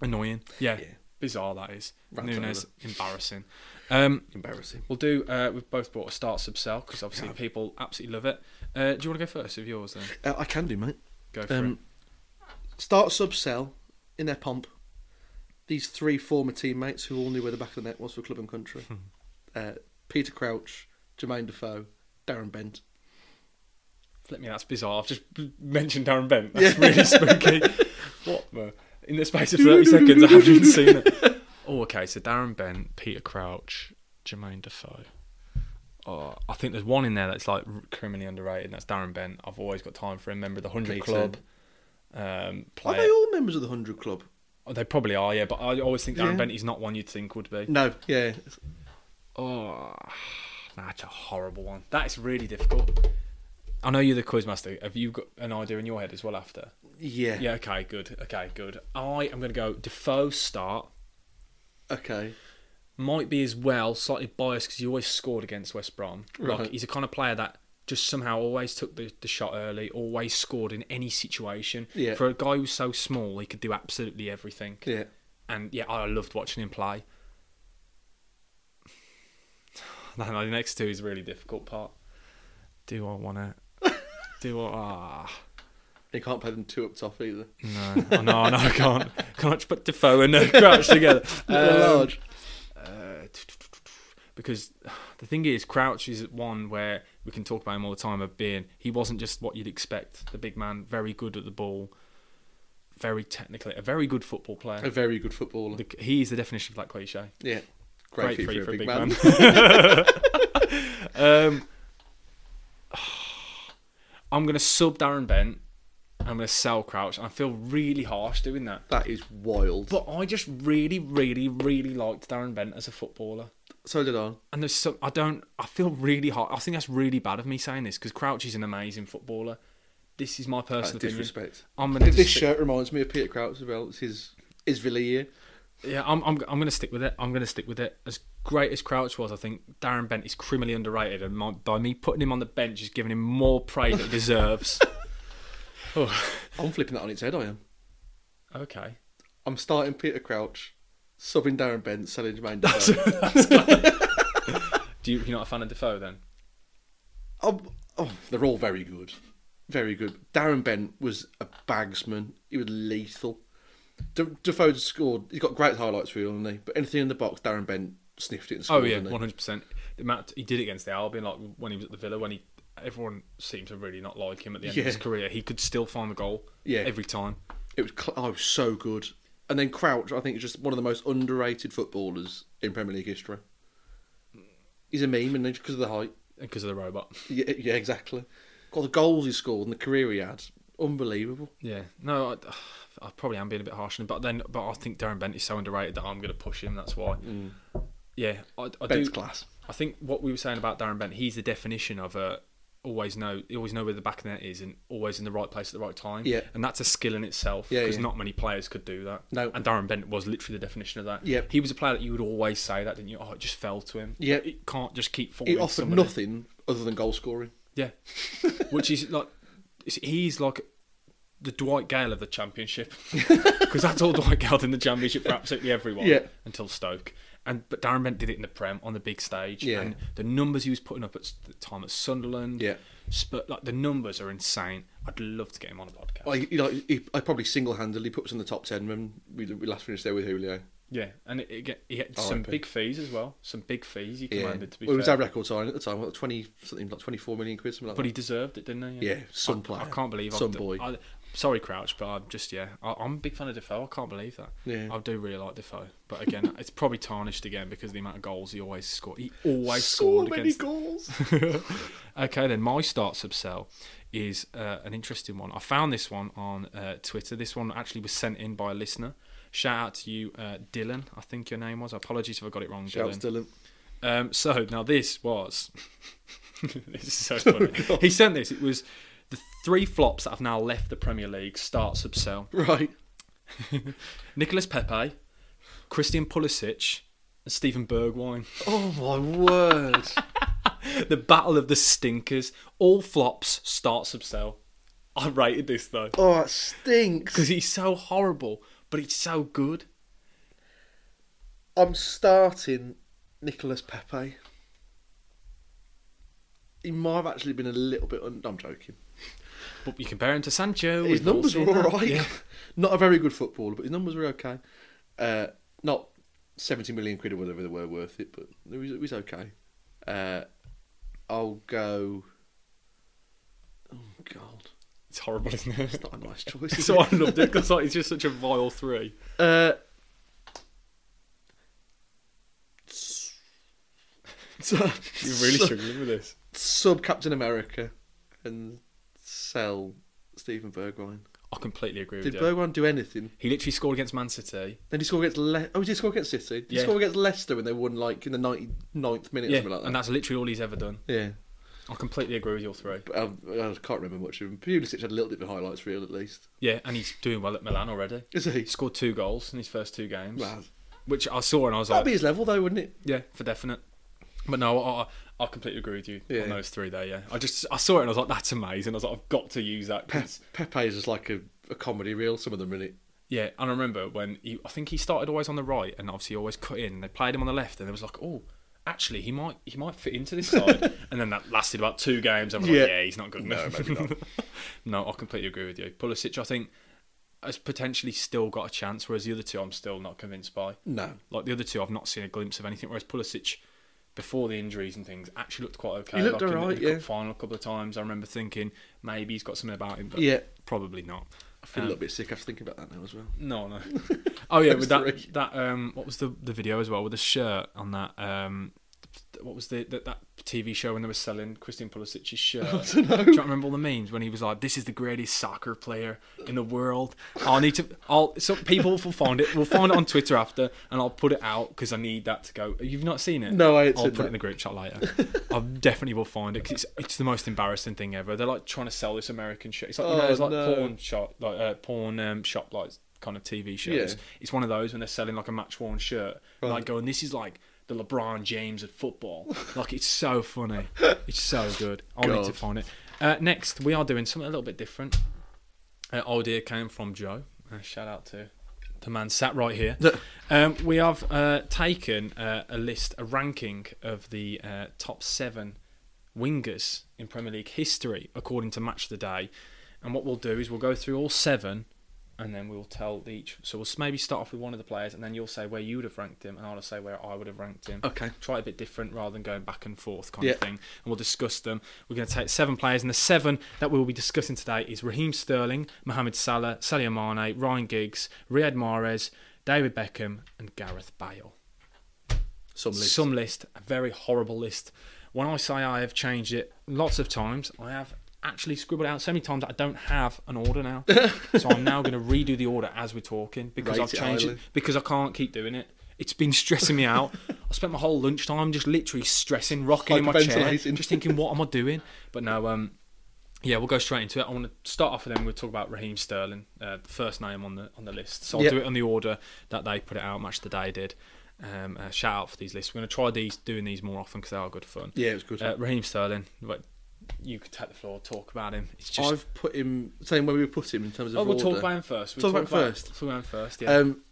Annoying. Yeah, Yeah. bizarre that is. Rant Nunes embarrassing. Um, embarrassing. we'll do. Uh, we've both brought a start sub sell because obviously people absolutely love it. Uh, do you want to go first of yours then? Uh, I can do, mate. Go for Um, start sub sell in their pomp. These three former teammates who all knew where the back of the net was for club and country. Hmm. uh, Peter Crouch, Jermaine Defoe, Darren Bent. it. Flip me, that's bizarre. I've just mentioned Darren Bent. That's really spooky. <laughs> what the? In the space of thirty seconds, I haven't seen it. <laughs> Oh, okay. So Darren Bent, Peter Crouch, Jermaine Defoe. Oh, I think there's one in there that's like criminally underrated. And that's Darren Bent. I've always got time for him. Member of the Hundred Peter. Club. Um, Are they player. all members of the Hundred Club? Oh, They probably are, yeah. But I always think Darren Yeah. Bent is not one you'd think would be. No, yeah. Oh, that's a horrible one. That is really difficult. I know you're the quiz master. Have you got an idea in your head as well after? Yeah. Yeah, okay, good. Okay, good. I am going to go Defoe start. Okay. Might be as well slightly biased because he always scored against West Brom. Like, Right. he's the kind of player that just somehow always took the, the shot early, always scored in any situation. Yeah. For a guy who's so small, he could do absolutely everything. Yeah. And yeah, I loved watching him play. <sighs> No, no, the next two is really difficult part. Do I want <laughs> to? do I? Ah, They can't play them two up top either. no, oh, no, no, I can't. Can't just put Defoe and uh, Crouch <laughs> together. They're Um, large. uh, because the thing is, Crouch is one where we can talk about him all the time of being he wasn't just what you'd expect. The big man, very good at the ball, very technically, a very good football player. A very good footballer. The- he is the definition of that cliche. yeah. Great, feat for a big, man. man. <laughs> um, <sighs> I'm going to sub Darren Bent. I'm going to sell Crouch. And I feel really harsh doing that. <laughs> That is wild. But I just really, really, really liked Darren Bent as a footballer. so did I. And there's some, I don't, I feel really hard. I think that's really bad of me saying this because Crouch is an amazing footballer. This is my personal opinion. disrespect. I'm gonna This just stick- shirt reminds me of Peter Crouch as well. It's his his Villa year. Yeah, I'm, I'm, I'm gonna stick with it. I'm gonna stick with it. As great as Crouch was, I think Darren Bent is criminally underrated, and my, by me putting him on the bench is giving him more praise that he <laughs> deserves. oh, I'm flipping that on its head. I am. <laughs> okay. I'm starting Peter Crouch, subbing Darren Bent, selling Jermaine Defoe. That's good. Do you, you're not a fan of Defoe then? Um, oh, they're all very good. Very good. Darren Bent was a bagsman. He was lethal. De- Defoe scored. He's got great highlights for you, hasn't he? But anything in the box, Darren Bent sniffed it and scored. Oh yeah, didn't he? one hundred percent. The amount he did it against the Albion, like when he was at the Villa, when he everyone seemed to really not like him at the end of his Yeah. career, he could still find the goal. Yeah. every time. It was. Cl- oh, so good. And then Crouch, I think, is just one of the most underrated footballers in Premier League history. He's a meme, and because of the height. Because of the robot, Yeah, yeah, exactly. Got the goals he scored and the career he had. Unbelievable. yeah. No, I, <sighs> I probably am being a bit harsh, on him, but then, but I think Darren Bent is so underrated that I'm going to push him. That's why. Yeah, I, I do. Mm. Bent's class. I think what we were saying about Darren Bent, he's the definition of a always know, you always know where the back of the net is, and always in the right place at the right time. Yeah. and that's a skill in itself Yeah, because yeah. not many players could do that. No. and Darren Bent was literally the definition of that. Yep. he was a player that you would always say that, didn't you? Oh, it just fell to him. Yeah. it can't just keep falling. He to offered somebody. nothing other than goal scoring. <laughs> Yeah, which is like it's- he's like the Dwight Gale of the <laughs> Championship because that's all Dwight Gale did in the Championship for absolutely everyone Yeah. until Stoke. And but Darren Bent did it in the Prem on the big stage, Yeah. and the numbers he was putting up at s- the time at Sunderland, Yeah. Spur- like the numbers are insane. I'd love to get him on a podcast. I, you know, he, I probably single-handedly put us in the top ten when we, we last finished there with Julio. yeah, and it, it get, he had some R.I.P.. big fees as well, some big fees he Yeah, commanded to be well, it was fair. our record sign at the time, like twenty something, like twenty-four million quid, something like But that. he deserved it, didn't he? Yeah, some I- I, player. can't believe Some I've, boy. I, sorry, Crouch, but I'm just yeah. I, I'm a big fan of Defoe. I can't believe that. Yeah. I do really like Defoe, but again, <laughs> it's probably tarnished again because of the amount of goals he always scored. He always so scored many against. goals. <laughs> okay, then my start sub cell is uh, an interesting one. I found this one on uh, Twitter. This one actually was sent in by a listener. Shout out to you, uh, Dylan. I think your name was. Apologies if I got it wrong, Shouts Dylan. Dylan. Um, so now this was. <laughs> this is <laughs> so funny. he sent this. It was the three flops that have now left the Premier League start sub <laughs> sell. Right. Nicolas Pepe, Christian Pulisic, and Stephen Bergwijn. <laughs> Oh my word. the battle of the stinkers. All flops start sub sell. I rated this though oh, that stinks. because he's so horrible, but he's so good. I'm starting Nicolas Pepe. He might have actually been a little bit. Un- I'm joking. But you compare him to Sancho. His we've all numbers were seen all that. right. Yeah. <laughs> Not a very good footballer, but his numbers were okay. Uh, not seventy million quid or whatever they were worth it, but it was, it was okay. Uh, I'll go. Oh God, It's horrible, isn't it? it's not a nice choice. <laughs> is so I it? loved it because like, it's just such a vile three. Uh, <laughs> You're really struggling with this. sub Captain America and sell Stephen Bergwijn. I completely agree Did with you. Bergwijn do anything? he literally scored against Man City. Then he scored against Le- oh, did he score against City? Did Yeah. he score against Leicester when they won like in the 99th minute Yeah, or something like that? and that's literally all he's ever done. yeah. I completely agree with your three. But I, I can't remember much of him. Pulisic had a little bit of a highlights reel at least. Yeah, and he's doing well at Milan already. Is he? He scored two goals in his first two games, Wow. which I saw and I was That'd like, be his level though, wouldn't it? yeah, for definite. But no, I, I, I completely agree with you Yeah. on those three there. Yeah, I just I saw it and I was like, that's amazing. I was like, I've got to use <laughs> that. 'cause- Pepe is just like a, a comedy reel. Some of them, really. Yeah, and I remember when he, I think he started always on the right, and obviously he always cut in. And they played him on the left, and it was like, oh, actually, he might he might fit into this <laughs> side. and then that lasted about two games. I'm Yeah. like, yeah, he's not good enough. No, <laughs> I completely agree with you. Pulisic, I think, has potentially still got a chance, whereas the other two, I'm still not convinced by. No. Like the other two, I've not seen a glimpse of anything. Whereas Pulisic, before the injuries and things, actually looked quite okay. He like looked in the- alright, in the yeah. cup final a couple of times. I remember thinking maybe he's got something about him, but Yeah. probably not. I feel Um, a little bit sick after thinking about that now as well. no, no. <laughs> Oh yeah, Those with that three. that um, what was the the video as well with the shirt on that um, what was the, that that TV show when they were selling Christian <laughs> Pulisic's shirt? I don't know. Do you remember all the memes when he was like, "This is the greatest soccer player in the world." I'll need to. I'll. So people will find it. We'll find it on Twitter after, and I'll put it out because I need that to go. You've not seen it? No, I I'll ain't put seen it in the group chat later. I definitely will find it 'cause it's, it's the most embarrassing thing ever. They're like trying to sell this American shit. It's like you know, Oh, there's like no. porn shop, like uh, porn um, shop, like kind of TV shows. Yeah. It's, one of those when they're selling like a match worn shirt, and, like Right. going, "This is like the LeBron James of <laughs> football." like it's so funny, it's so good. I will need to God. find it. Uh, next, we are doing something a little bit different. Uh, idea came from Joe. Uh, shout out to the man sat right <laughs> here. <laughs> um, we have uh, taken uh, a list, a ranking of the uh, top seven wingers in Premier League history according to Match of the Day. And what we'll do is we'll go through all seven and then we'll tell each. So we'll s- maybe start off with one of the players and then you'll say where you would have ranked him and I'll say where I would have ranked him. Okay. Try it a bit different rather than going back and forth kind Yeah. of thing. And we'll discuss them. We're going to take seven players and the seven that we'll be discussing today is Raheem Sterling, Mohamed Salah, Sadio Mane, Ryan Giggs, Riyad Mahrez, David Beckham and Gareth Bale Some list. some list, a very horrible list. When I say I have changed it lots of times, I have actually scribbled out so many times that I don't have an order <laughs> now. so I'm now going to redo the order as we're talking because Rate I've it changed it highly. because I can't keep doing it. It's been stressing me <laughs> out. I spent my whole lunchtime just literally stressing, rocking in my chair, Hyperventilating. just thinking, what am I doing? But no, um, yeah, we'll go straight into it. I want to start off with them. We'll talk about Raheem Sterling, uh, the first name on the on the list. So I'll Yep. do it on the order that they put it out. Match the day did. Um, uh, shout out for these lists. We're going to try these doing these more often because they are good fun. Yeah, it was good. Uh, Raheem Sterling, what, you could take the floor, talk about him. It's just I've put him same way we put him in terms of oh, we'll order. talk about him first. We'll Talk about him first. Talk about him first. Yeah. um,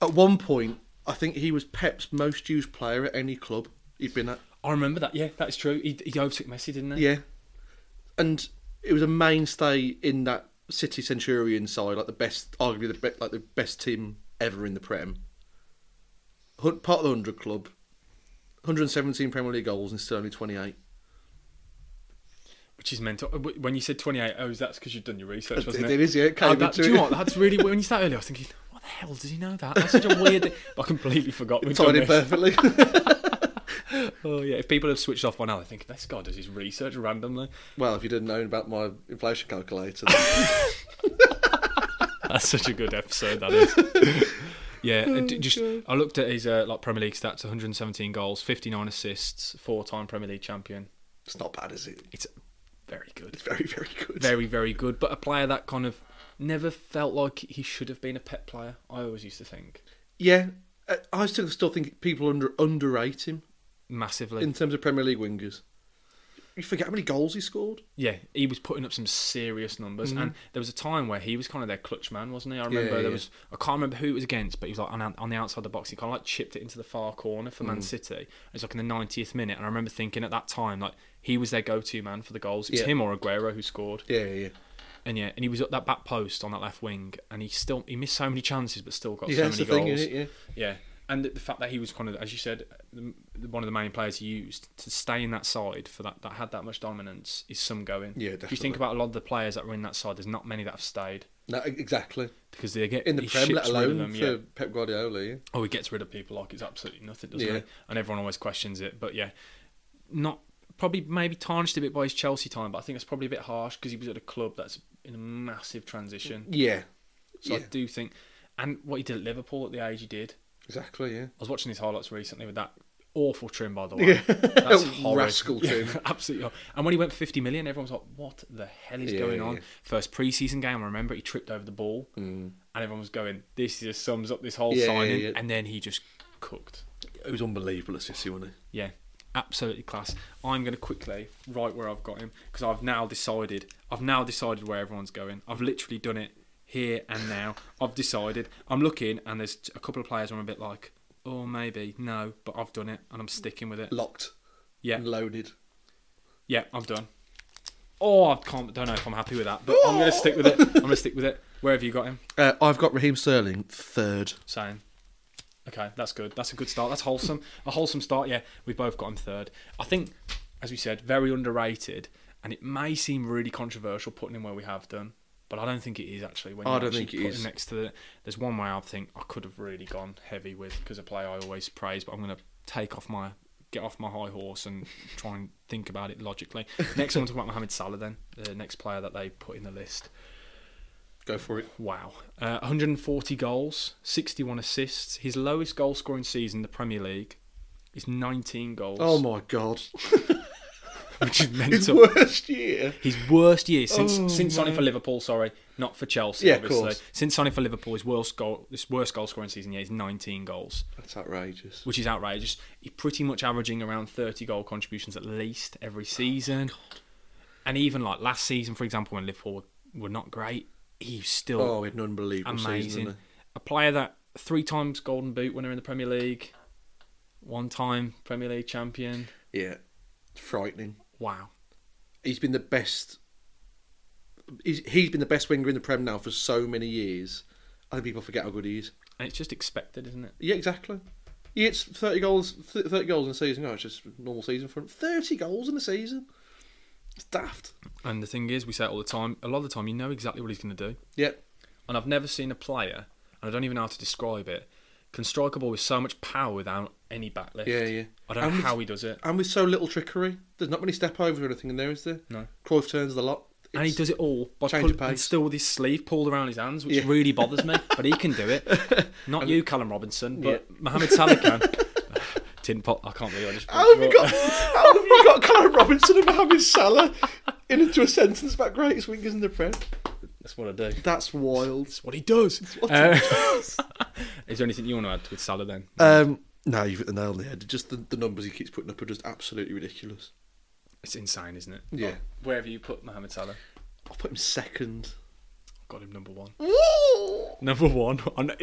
at one point, I think he was Pep's most used player at any club he'd been at. I remember that. Yeah, that's true. He, he overtook Messi, didn't he? Yeah, and it was a mainstay in that City Centurion side, like the best, arguably the be- like the best team ever in the Prem. Hun- Part of the hundred club, 117 Premier League goals and Sterling 28. Which is mental. Uh, wh- When you said 28, oh, that's because you've done your research, It, wasn't it? it is, yeah. It came Oh, that, into do you it. know what? That's really when you said that earlier. I was thinking, what the hell does he know that? That's such a <laughs> weird. I completely forgot. We've <laughs> Tied done in this. <laughs> perfectly. Oh yeah, if people have switched off by now, they think this guy does his research randomly. well, if you didn't know about my inflation calculator, then That's such a good episode. That is. <laughs> yeah, Oh, and d- just I looked at his uh, like Premier League stats: 117 goals, 59 assists, four-time Premier League champion. it's not bad, is it? It's very good, It's very, very good. very very good. But a player that kind of never felt like he should have been a pet player. I always used to think Yeah, I- I still still think people under underrate him massively. in terms of Premier League wingers. You forget how many goals he scored. Yeah, he was putting up some serious numbers, and there was a time where he was kind of their clutch man, wasn't he? I remember Mm-hmm. yeah, there yeah. was I can't remember who it was against, but he was like on, on the outside the box. He kind of like chipped it into the far corner for Mm. Man City. It was like in the ninetieth minute, and I remember thinking at that time like he was their go-to man for the goals. It was Yeah. him or Aguero who scored, Yeah, yeah, and yeah, and he was at that back post on that left wing, and he still he missed so many chances, but still got yeah. so many that's the goals. thing, isn't it? Yeah. Yeah, and the, the fact that he was kind of, as you said, the, the- one of the main players used to stay in that side for that that had that much dominance is some going. Yeah, If you definitely. think about a lot of the players that were in that side, there's not many that have stayed No, e- exactly. because they get In the he Prem, let ships rid of alone them, for yeah. Pep Guardiola. Yeah. Oh, he gets rid of people like it's absolutely nothing, doesn't Yeah. he? And everyone always questions it. But yeah, not probably maybe tarnished a bit by his Chelsea time, but I think that's probably a bit harsh because he was at a club that's in a massive transition. Yeah. So I Yeah. do think, and what he did at Liverpool at the age he did, Exactly. Yeah. I was watching his highlights recently with that awful trim, by the <laughs> way. That's horrid. Rascal trim. Yeah, <laughs> absolutely. horrid. And when he went 50 million, everyone was like, what the hell is Yeah, going on? yeah. Mm. First preseason game, I remember he tripped over the ball. And everyone was going, this just sums up this whole Yeah, yeah, signing. yeah. And then he just cooked. It was unbelievable assist, wasn't it? Yeah, absolutely class. I'm going to quickly write where I've got him because I've now decided. I've now decided where everyone's going. I've literally done it here and now. I've decided. I'm looking, and there's a couple of players where I'm a bit like, oh, maybe no, but I've done it, and I'm sticking with it. Locked. Yeah, And loaded. yeah, I'm done. Oh, I can't. Don't know if I'm happy with that, but I'm going to stick with it. I'm going to stick with it. Where have you got him? Uh, I've got Raheem Sterling third. Same. Okay, that's good. That's a good start. That's wholesome. A wholesome start. Yeah, we both got him third. I think, as we said, very underrated, and it may seem really controversial putting him where we have done, but I don't think it is actually. When I you don't actually think it put is. him next to the, there's one way I think I could have really gone heavy with because a player I always praise, but I'm going to take off my get off my high horse and try and think about it <laughs> logically. Next, I want to talk about Mohamed Salah, then the next player that they put in the list. Go for it. Wow, uh, 140 goals, 61 assists. His lowest goal scoring season in the Premier League is 19 goals, Oh my <laughs> god. <laughs> which is <laughs> His mental. worst year. His worst year since Oh, since signing for Liverpool. Sorry, not for Chelsea. Yeah, of obviously. course. Since signing for Liverpool, his worst goal his worst goal scoring season yeah is 19 goals, That's outrageous. which is outrageous. He's pretty much averaging around 30 goal contributions at least Oh, every season. and even like last season, for example, when Liverpool were, were not great, he's still Oh, we had an unbelievable season. amazing. didn't A player that three times Golden Boot winner in the Premier League, one time Premier League champion. we? Yeah. It's frightening. Wow. He's been the best. He's, he's been the best winger in the Prem now for so many years. I think people forget how good he is. And it's just expected, isn't it? Yeah, exactly. He hits 30 goals th- 30 goals in a season. No, it's just normal season for him. 30 goals in a season? It's daft. And the thing is, we say it all the time. A lot of the time, you know exactly what he's going to do. Yeah. And I've never seen a player, and I don't even know how to describe it, can strike a ball with so much power without any backlift. Yeah, yeah. I don't And know with- how he does it. And with so little trickery, there's not many step overs or anything in there, is there? No. Cruyff turns the lot. and he It's- does it all by change pull, of pace. and still with his sleeve pulled around his hands, which Yeah. really bothers me. But he can do <laughs> it. Not you, Callum Robinson, but Mohamed Salah can. <sighs> Tin pot. I can't believe I just. How have you got? how have you got Callum Robinson and Mohamed Salah in into a sentence about greatest wingers in the Prem? That's what I do. That's wild. That's what he does. what he Uh, <laughs> is there anything you want to add with Salah then? Um, no, you've hit the nail on the head. Just the, the numbers he keeps putting up are just absolutely ridiculous. It's insane, isn't it? Yeah. Wherever you put Mohamed Salah, I'll put him second. got him number one. Woo! Number <laughs> one. I know-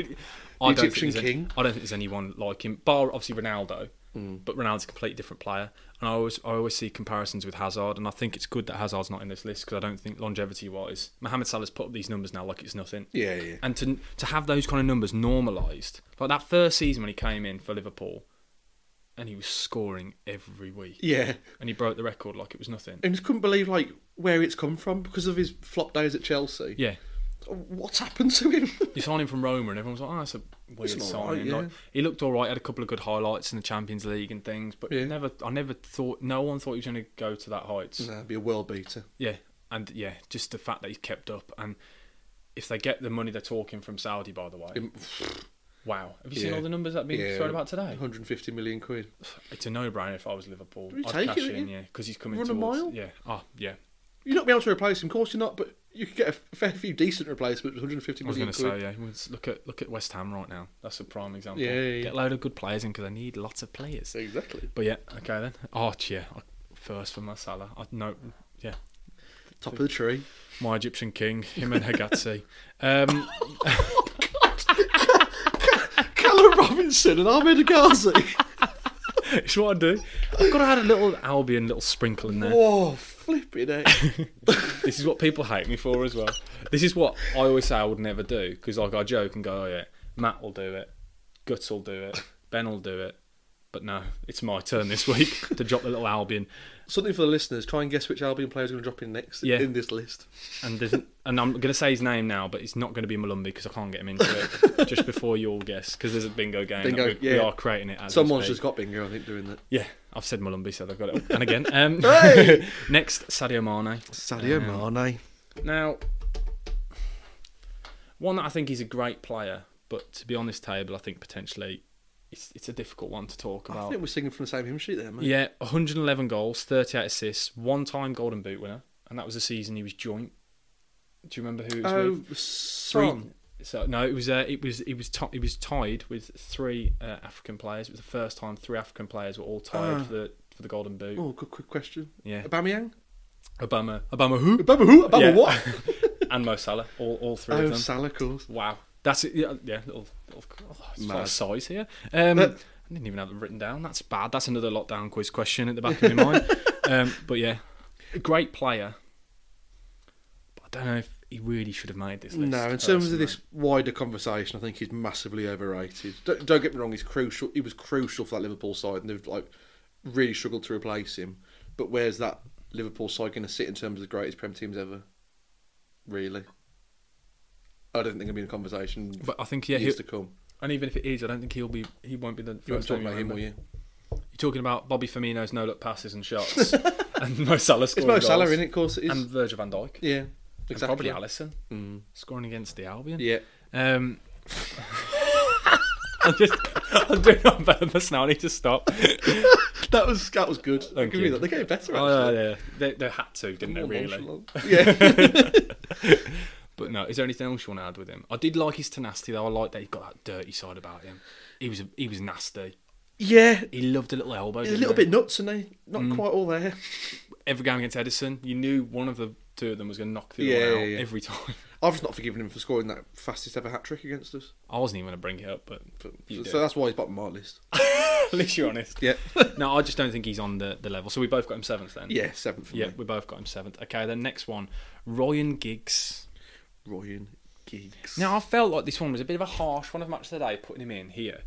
I don't think Egyptian there's any- king. Hmm. I don't think there's anyone like him, bar obviously Ronaldo. But Ronaldo's a completely different player, and I always I always see comparisons with Hazard, and I think it's good that Hazard's not in this list because I don't think longevity wise, Mohamed Salah's put up these numbers now like it's nothing. Yeah, yeah. And to to have those kind of numbers normalised, like that first season when he came in for Liverpool, and he was scoring every week, Yeah. and he broke the record like it was nothing. And just couldn't believe like where it's come from because of his flop days at Chelsea. Yeah, What's happened to him? <laughs> you signed him from Roma, and everyone was like, "Oh, that's a weird It's signing." all right, yeah. like, he looked all right, had a couple of good highlights in the Champions League and things, but Yeah. never, I never thought, no one thought he was going to go to that heights. nah, be a world beater. Yeah, and yeah, just the fact that he's kept up, and if they get the money they're talking from Saudi, by the way, Him- wow, have you seen Yeah. all the numbers that have been Yeah. thrown about <laughs> today? 150 million quid. It's a no-brainer if I was Liverpool. Would you I'd take cash it, in, wouldn't you? yeah, because he's coming Run a towards, mile? yeah, oh yeah. You're not be able to replace him, of course you're not, but you could get a fair few decent replacements. 150 I was million going to say, quid. yeah. let's Look at look at West Ham right now. That's a prime example. Yeah, yeah, yeah. Get a load of good players in because I need lots of players. Exactly. But yeah, okay then. Oh, yeah. I- First for Masala. I no, yeah. Top of the tree. My Egyptian king, him and <laughs> Hegatsi. Um, Callum Robinson and Ahmed <laughs> Ghazi. it's what I do. I've got to add a little Albion, little sprinkle in there. Whoa, flipping it. This is what people hate me for as well. This is what I always say I would never do because like I joke and go, oh yeah, Matt will do it, Guts will do it, Ben will do it, but no, it's my turn this week <laughs> to drop the little Albion. Something for the listeners. Try and guess which Albion player is going to drop in next Yeah. in this list. and there's, and I'm gonna say his name now, but it's not gonna be Malumbi because I can't get him into <laughs> it. just before you all guess, because there's a bingo game. Bingo, that we, we yeah. are creating it. As we Someone's speak. just got bingo, I think, doing that. Yeah, I've said Malumbi, so they've got it. And <laughs> again, um, <laughs> next Sadio Mane. Sadio Mane. Now, one that I think he's a great player, but to be on this table, I think potentially it's it's a difficult one to talk I about. think we're singing from the same hymn sheet there, mate. Yeah, 111 goals, 38 assists, one-time Golden Boot winner, and that was the season he was joint. Do you remember who it was with? Oh, three. son. So no, it was uh, it was it was ti it was tied with three uh, African players. It was the first time three African players were all tied Ah. for the for the Golden Boot. Oh, good quick question. Yeah, Aubameyang? Obama, Obama who? Obama who? Obama Yeah. <laughs> what? <laughs> and Mo Salah, all all three of Oh, them. Salah, of course. wow, that's it. Yeah, yeah little, little oh, it's quite a Mad. size here. Um, Uh, I didn't even have it written down. That's bad. That's another lockdown quiz question at the back of my <laughs> mind. Um, but yeah, a great player. But I don't know if he really should have made this list. No, in terms of personally. this wider conversation, I think he's massively overrated. Don't, don't get me wrong; he's crucial. He was crucial for that Liverpool side, and they've like really struggled to replace him. But where's that Liverpool side going to sit in terms of the greatest Prem teams ever? Really, I don't think it'll be in a conversation for But I think yeah, years he'll, to come. and even if it is, I don't think he'll be. He won't be the. You won't first talk name about him, remember. will you? You talking about Bobby Firmino's no look passes and shots, <laughs> and Mo Salah It's scoring Mo goals, Salah, in it? Of course, it is. and Virgil Van Dijk, yeah, and exactly. Mm. probably Allison scoring against the Albion. Yeah. <laughs> Um, I'm just, I'm doing my purpose now. I need to stop. <laughs> That was that was good. Thank you. That. They're getting better actually. Oh, yeah, they, they had to, didn't they? More Really. nonchalant. Yeah. <laughs> But no, is there anything else you want to add with him? I did like his tenacity though. I like that he got that dirty side about him. He was he was nasty. yeah. He loved a little elbow. He's a didn't little he? bit nuts, and they not Mm. quite all there. every game against Edison, you knew one of the two of them was going to knock the Yeah, other one yeah, out yeah. every <laughs> time. I've just not forgiven him for scoring that fastest ever hat trick against us. I wasn't even going to bring it up, but, you So, do. so that's why he's bottom of my list. <laughs> at least you're honest. <laughs> Yeah. No, I just don't think he's on the, the level. So we both got him seventh then. yeah, seventh for Yeah, me. we both got him seventh. Okay, then next one, Ryan Giggs. Ryan Giggs. Now I felt like this one was a bit of a harsh one of match today, putting him in here,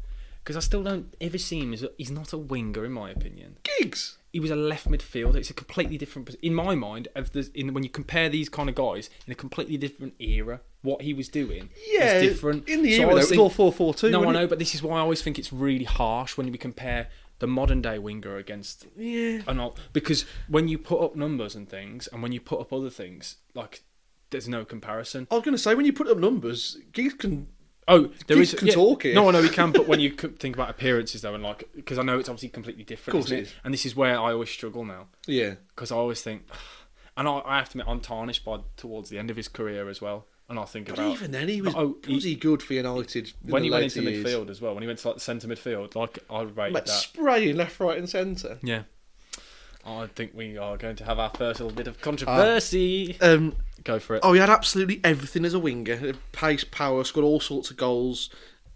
because I still don't ever see him as a, he's not a winger in my opinion. Giggs. He was a left midfielder. It's a completely different pos- in my mind. Of the in when you compare these kind of guys in a completely different era, what he was doing Yeah, is different. in the So I era though, it was was think- all 4-4-2, No, I wasn't know, but this is why I always think it's really harsh when we compare the modern day winger against Yeah. and all because when you put up numbers and things, and when you put up other things, like there's no comparison. I was going to say when you put up numbers, Giggs can. Oh, there is Kids can talk here. No, I know we can, but when you <laughs> c- think about appearances though, and like because I know it's obviously completely different, Course isn't it it? is. And this is where I always struggle now Yeah. because I always think, <sighs> and I, I have to admit I'm tarnished by towards the end of his career as well, and I think But about even then, he was Oh, he- was he good for United in when the he went later into years? midfield as well, when he went to like centre midfield, like I rated Like that. spraying left, right, and centre. Yeah, I think we are going to have our first little Uh, bit of controversy. Um, Go for it. Oh, he had absolutely everything as a winger: pace, power, scored all sorts of goals.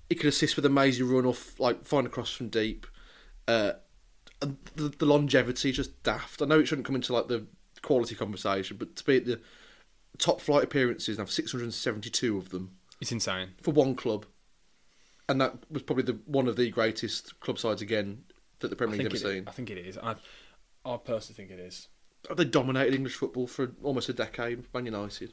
He could assist with a mazy run off, like find a cross from deep. Uh, and the, the longevity is just daft. I know it shouldn't come into like the quality conversation, but to be at the top flight appearances and have 672 of them It's insane. for one club, and that was probably the one of the greatest club sides again that the I Premier think, League's it, ever seen. I think it is. I, I personally think it is. They dominated English football for almost a decade. Man United,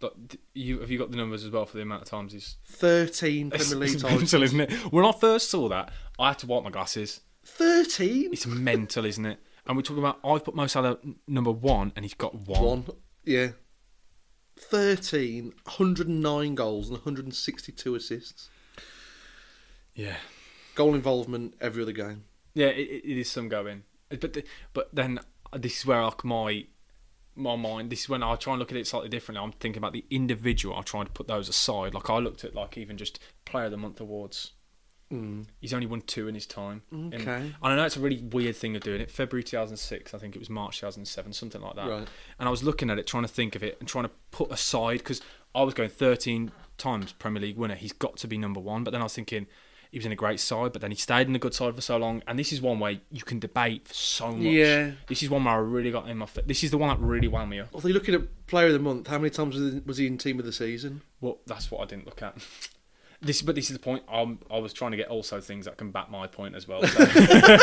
But d- you have you got the numbers as well for the amount of times he's 13 <laughs> It's Premier League titles. mental, isn't it? When I first saw that, I had to wipe my glasses. 13. It's mental, isn't it? And we're talking about I've put Mo Salah n- number one, and he's got one. One. Yeah. 13, 109 goals and 162 assists. Yeah, Goal involvement every other game. yeah, it, it it is some going. But the, but then this is where like my my mind. This is when I try and look at it slightly differently. I'm thinking about the individual. I try and put those aside. Like I looked at like even just Player of the Month awards. Mm. He's only won two in his time. And- Okay. And, I know it's a really weird thing of doing it. February 2006, I think it was March 2007, something like that. Right. And I was looking at it, trying to think of it and trying to put aside because I was going 13 times Premier League winner. He's got to be number one. But then I was thinking he was in a great side, but then he stayed in a good side for so long. And this is one where you can debate for so much. Yeah. This is one where I really got in my. Fa- this is the one that really wound me up. Although looking at player of the month, how many times was he- was he in team of the season? Well, that's what I didn't look at. This, but this is the point. I'm, I was trying to get also things that can back my point as well. so. <laughs>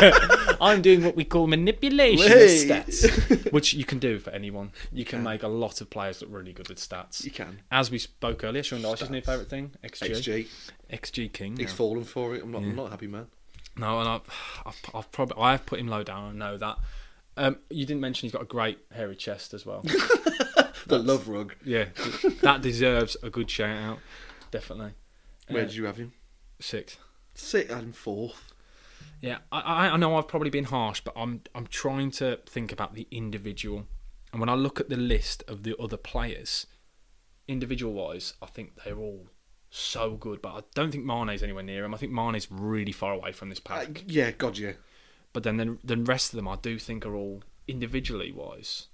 I'm doing what we call manipulation of Hey. <laughs> stats, which you can do for anyone. You can make a lot of players look really good with stats. You can. As we spoke earlier, Sean Dyche's new Stats. favourite thing, XG. XG, XG. King. He's now. fallen for it. I'm not, I'm not a happy man. No, and I've, I've, I've probably I have put him low down. I know that. Um, you didn't mention he's got a great hairy chest as <laughs> well. The love rug. yeah, that deserves a good shout out. Definitely. Where Uh, did you have him? Six. Sixth and fourth. Yeah, I, I, I know I've probably been harsh, but I'm I'm trying to think about the individual, and when I look at the list of the other players, individual wise, I think they're all so good. But I don't think Mane's anywhere near him. I think Mane's really far away from this Uh, pack. yeah, God, yeah. but then the, the rest of them, I do think are all individually wise.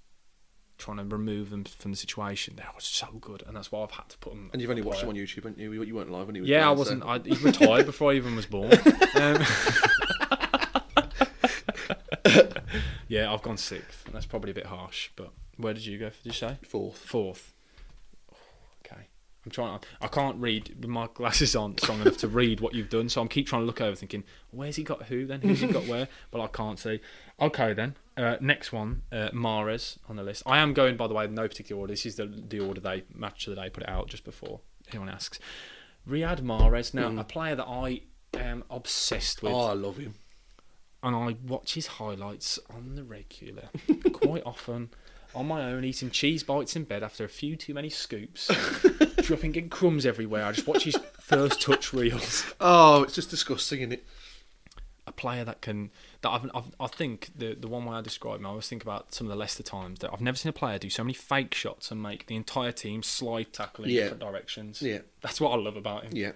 Trying to remove them from the situation, they are so good, and that's why I've had to put them. And you've only watched him on YouTube, haven't you? You you weren't live when he was Yeah, I playing, so- wasn't. I he retired before I even was born. Um, <laughs> yeah, I've gone sixth, and that's probably a bit harsh. But where did you go? Did you say Fourth. fourth? Oh, okay, I'm trying. I can't read. but My glasses aren't strong enough to read what you've done, so I'm keep trying to look over, thinking, where's he got who? Then who's he got where? <laughs> But I can't see. Okay, then. Uh, next one, uh, Mares on the list. I am going, by the way, in no particular order. This is the the order they match of the day put it out just before anyone asks. Riyad Mahrez, now a player that I am obsessed with. Oh, I love him. and I watch his highlights on the <laughs> regular, quite often, on my own, eating cheese bites in bed after a few too many <laughs> scoops, dropping in crumbs everywhere. I just watch his first touch reels. Oh, it's just disgusting, isn't it? a player that can that I've, I've, I think the the one way I describe him, I always think about some of the Leicester times that I've never seen a player do so many fake shots and make the entire team slide tackle in Yeah. different directions. Yeah. that's what I love about him. Yeah.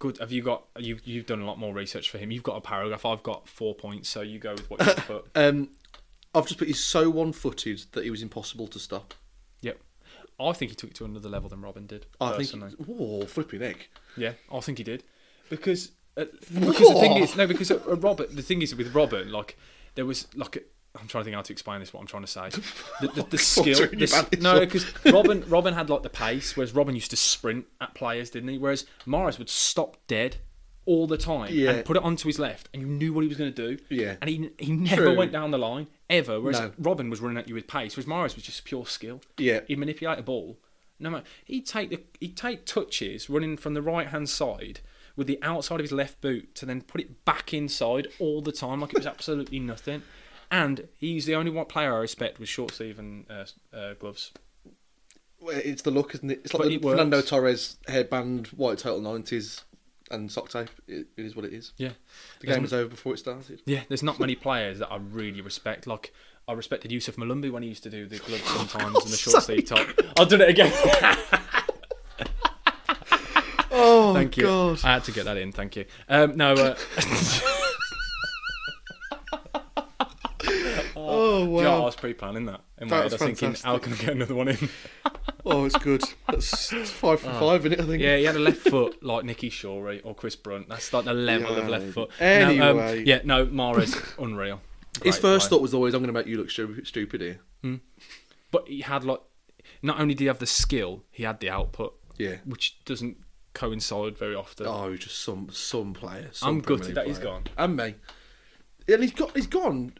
Good. Have you got you you've done a lot more research for him? You've got a paragraph. I've got four points, so you go with <laughs> what you put. Um, I've just put he's so one-footed that he was impossible to stop. Yep. I think he took it to another level than Robin did. I personally. think. Whoa, flipping egg. Yeah, I think he did because <laughs> uh, because the thing Whoa. is no because uh, uh, Robert the thing is with Robert like there was like a- I'm trying to think how to explain this what I'm trying to <laughs> say the, the, the skill really the s- bad this no one. because Robin Robin had like the pace whereas Robin used to sprint at players didn't he whereas Morris would stop dead all the time Yeah. and put it onto his left and you knew what he was going to do Yeah. and he he never True. went down the line ever whereas No. Robin was running at you with pace whereas Morris was just pure skill Yeah. he'd manipulate a ball. No matter he'd take the he'd take touches running from the right hand side with the outside of his left boot to then put it back inside all the time like it was absolutely nothing. And he's the only one player I respect with short sleeve and uh, uh, gloves. Well, It's the look, isn't it? It's like But the it works. Fernando Torres hairband, white total nineties, and sock tape. It, it is what it is. Yeah, The game was over before it started. yeah. There's not many players that I really respect. Like I respected Yusuf Malumbi when he used to do the gloves sometimes and the short sleeve top. I'll do it again. Oh thank you. Uh, I had to get that in. Thank you. Um, no. Uh, Oh do you know, I wow. was pre-planning that. In That my head, I was was thinking, fantastic. how can I get another one in? Oh, it's good. <laughs> That's it's five for five in it. I <laughs> think. Yeah, he had a left foot like Nicky Shorey or Chris Brunt. That's like the level of left Yeah. foot. no, Anyway. yeah, no, Mara's <laughs> unreal. Great His first player. thought was always, "I'm going to make you look stu- stupid here." but he had like, not only did he have the skill, he had the output. Yeah. which doesn't coincide very often. Oh, just some some player. Some I'm Premier gutted League that he's player. gone. And me. And he's got he's gone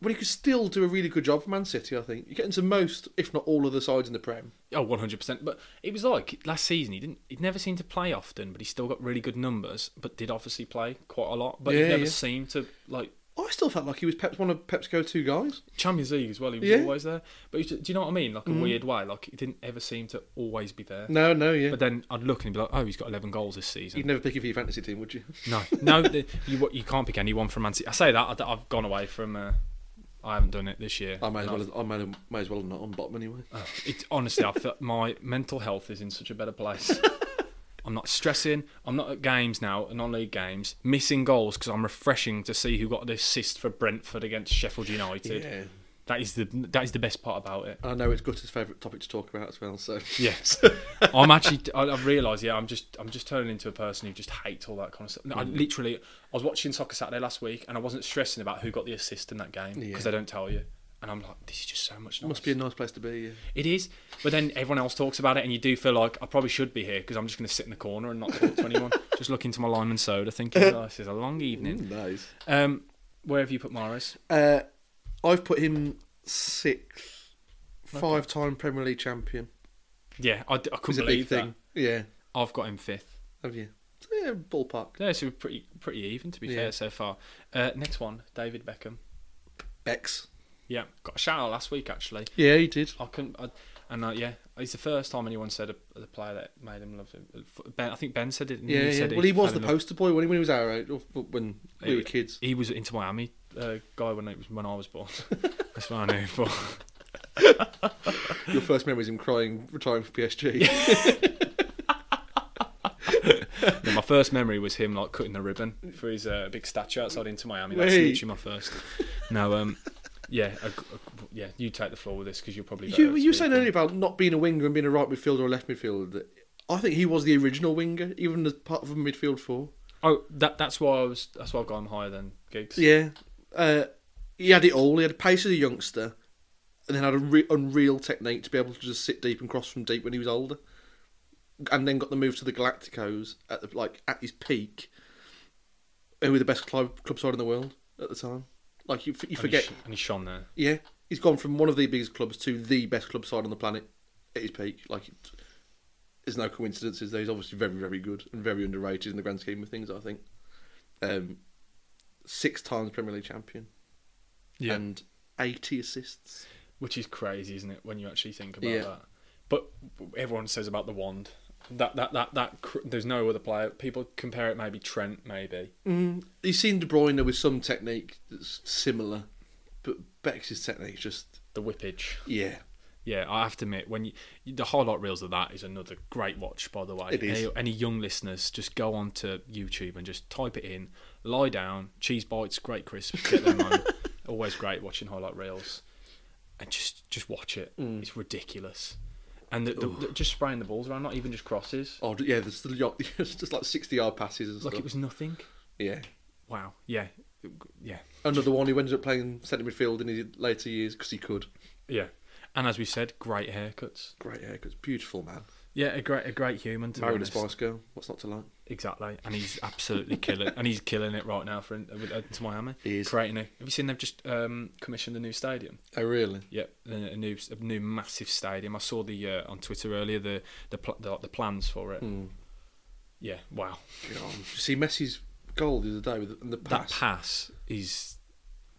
when he could still do a really good job for Man City. I think you get into most, if not all, of the sides in the Prem. Oh, 100 percent. But it was like last season. He didn't. He never seemed to play often, but he still got really good numbers. But did obviously play quite a lot. But he Yeah, never yeah. seemed to like I still felt like he was Pep's one of Pep's go-to guys. Champions League as well. He was Yeah. Mm. always there. But he was, do you know what I mean? Like a weird way. Like he didn't ever seem to always be there. No, no, yeah. But then I'd look and be like, oh, he's got 11 goals this You'd season. never pick him for your fantasy team, would you? No, <laughs> no, the, you you can't pick anyone from Man City. I say that I, have gone away from. Uh, I haven't done it this year. I may as And well. I've- I may, may as well not on bottom anyway. oh, it's honestly, I feel my mental health is in such a better <laughs> place. I'm not stressing. I'm not at games now, non-league games, missing goals because I'm refreshing to see who got the assist for Brentford against Sheffield United. Yeah. That is the that is the best part about it. And I know it's Gutter's favourite topic to talk about as well. <laughs> So Yes, I'm actually. I, I've realised. Yeah, I'm just. I'm just turning into a person who just hates all that kind of stuff. No, I literally. I was watching soccer Saturday last week, and I wasn't stressing about who got the assist in that game because Yeah. they don't tell you. And I'm like, this is just so much. it Nice. must be a nice place to be. Yeah. It is, but then everyone else talks about it, and you do feel like I probably should be here because I'm just going to sit in the corner and not talk to <laughs> anyone. just look into my lime and soda, thinking oh, this is a long evening. Mm, nice. Um, where have you put Morris? Uh, I've put him sixth, five-time Premier League champion. Yeah, I, d- I couldn't It's a big believe thing. Yeah. that. I've got him fifth. Have you? Yeah, ballpark. Yeah, so we're pretty pretty even to be Yeah. fair so far. Uh, next one, David Beckham. Bex. Yeah, got a shout out last week actually. Yeah, he did. I couldn't, I, and uh, yeah, it's the first time anyone said a, a player that made him love him. Ben, I think Ben said it. and Yeah, yeah. said well, he was fell the in love- poster boy when he, when he was our age, or f- when we were Yeah. kids. He was into Miami uh, guy when it was when I was <laughs> born. That's what I knew him for. Your first memory is him crying, retiring for PSG. No, my first memory was him like cutting the ribbon for his uh, big statue outside into Miami. That's Wait. literally my first. No, um, yeah, a, a- yeah. You take the floor with this because you're probably. better You at you said speaking. earlier about not being a winger and being a right midfielder or a left midfielder. I think he was the original winger, even as part of a midfield four. Oh, that that's why I was. That's why I've got him higher than Giggs. Yeah, uh, he had it all. He had pace as a youngster, and then had a re- unreal technique to be able to just sit deep and cross from deep when he was older, and then got the move to the Galacticos at the, like at his peak, who were the best club club side in the world at the time. Like you, f- you And he forget. sh- and he shone there. Yeah, he's gone from one of the biggest clubs to the best club side on the planet at his peak. Like, it- there's no coincidences there. He's obviously very, very good and very underrated in the grand scheme of things. I think. Um, six times Premier League champion Yeah. and 80 assists. Which is crazy, isn't it, when you actually think about Yeah. that? But everyone says about the wand. That that that that cr- there's no other player. People compare it maybe Trent, maybe. Mm-hmm. Mm, you've seen De Bruyne with some technique that's similar, but Bex's technique just The whippage. yeah. Yeah, I have to admit, when you, the highlight reels of that is another great watch, by the way. It is. Any, any young listeners, just go on to YouTube and just type it in. Lie down, cheese bites, great crisps. Get them <laughs> on. Always great watching highlight reels, and just just watch it. Mm. It's ridiculous, and the, the, the- just spraying the balls around, not even just crosses. Oh yeah, <laughs> there's the yacht, it's just like 60 yard passes and Like stuff. it was nothing. Yeah. Wow. Yeah. Yeah. Another one who ended up playing centre midfield in his later years because he could. Yeah. And as we said, great haircuts. Great haircuts, beautiful man. Yeah, a great, a great human. To be Married a honest. Spice Girl. What's not to like? Exactly, and he's absolutely killing, and he's killing it right now for with, uh, to Miami. He is. creating. A, have you seen they've just um, commissioned a new stadium? Oh really? Yep, a, a new a new massive stadium. I saw the uh, on Twitter earlier the the pl- the, the plans for it. Mm. Yeah, wow, God. You see Messi's goal the other day with and the pass. that pass is.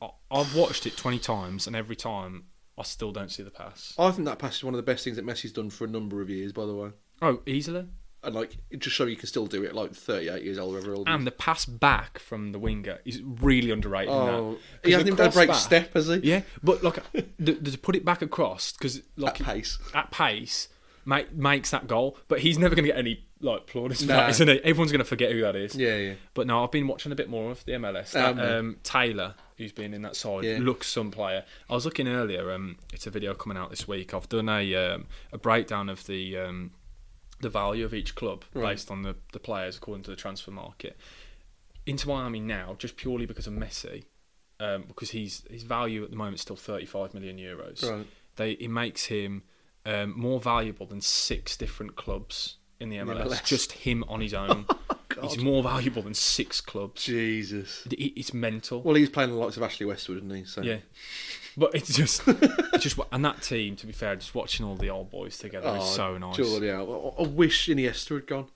I, I've watched it twenty times, and every time I still don't see the pass. I think that pass is one of the best things that Messi's done for a number of years, by the way. Oh, easily. And like, it just show you can still do it, like 38 years old, whatever old. he is. And the pass back from the winger is really underrated. in that. oh, 'Cause he the hasn't even had a cross break back- step, has he? Yeah, but like the, the, to put it back across because At like pace. at pace make, makes that goal, but he's never going to get any like plaudits for Nah. that, isn't he? Everyone's going to forget who that is. Yeah, yeah. But no, I've been watching a bit more of the MLS. That, Um, um, Taylor, who's been in that side, Yeah. looks some player. I was looking earlier. Um, it's a video coming out this week. I've done a um, a breakdown of the um, the value of each club Right. based on the, the players according to the transfer market. Into Miami now, just purely because of Messi, um, because he's his value at the moment is still thirty five million euros. Right. They it makes him um, more valuable than six different clubs in the MLS. MLS. Just him on his <laughs> own. Oh, He's more valuable than six clubs. Jesus. It- It's mental. Well, he's playing the likes of Ashley Westwood, isn't he? So yeah, but it's just, it's just, and that team. To be fair, just watching all the old boys together Oh, is so nice. Jordy, I, I wish Iniesta had gone.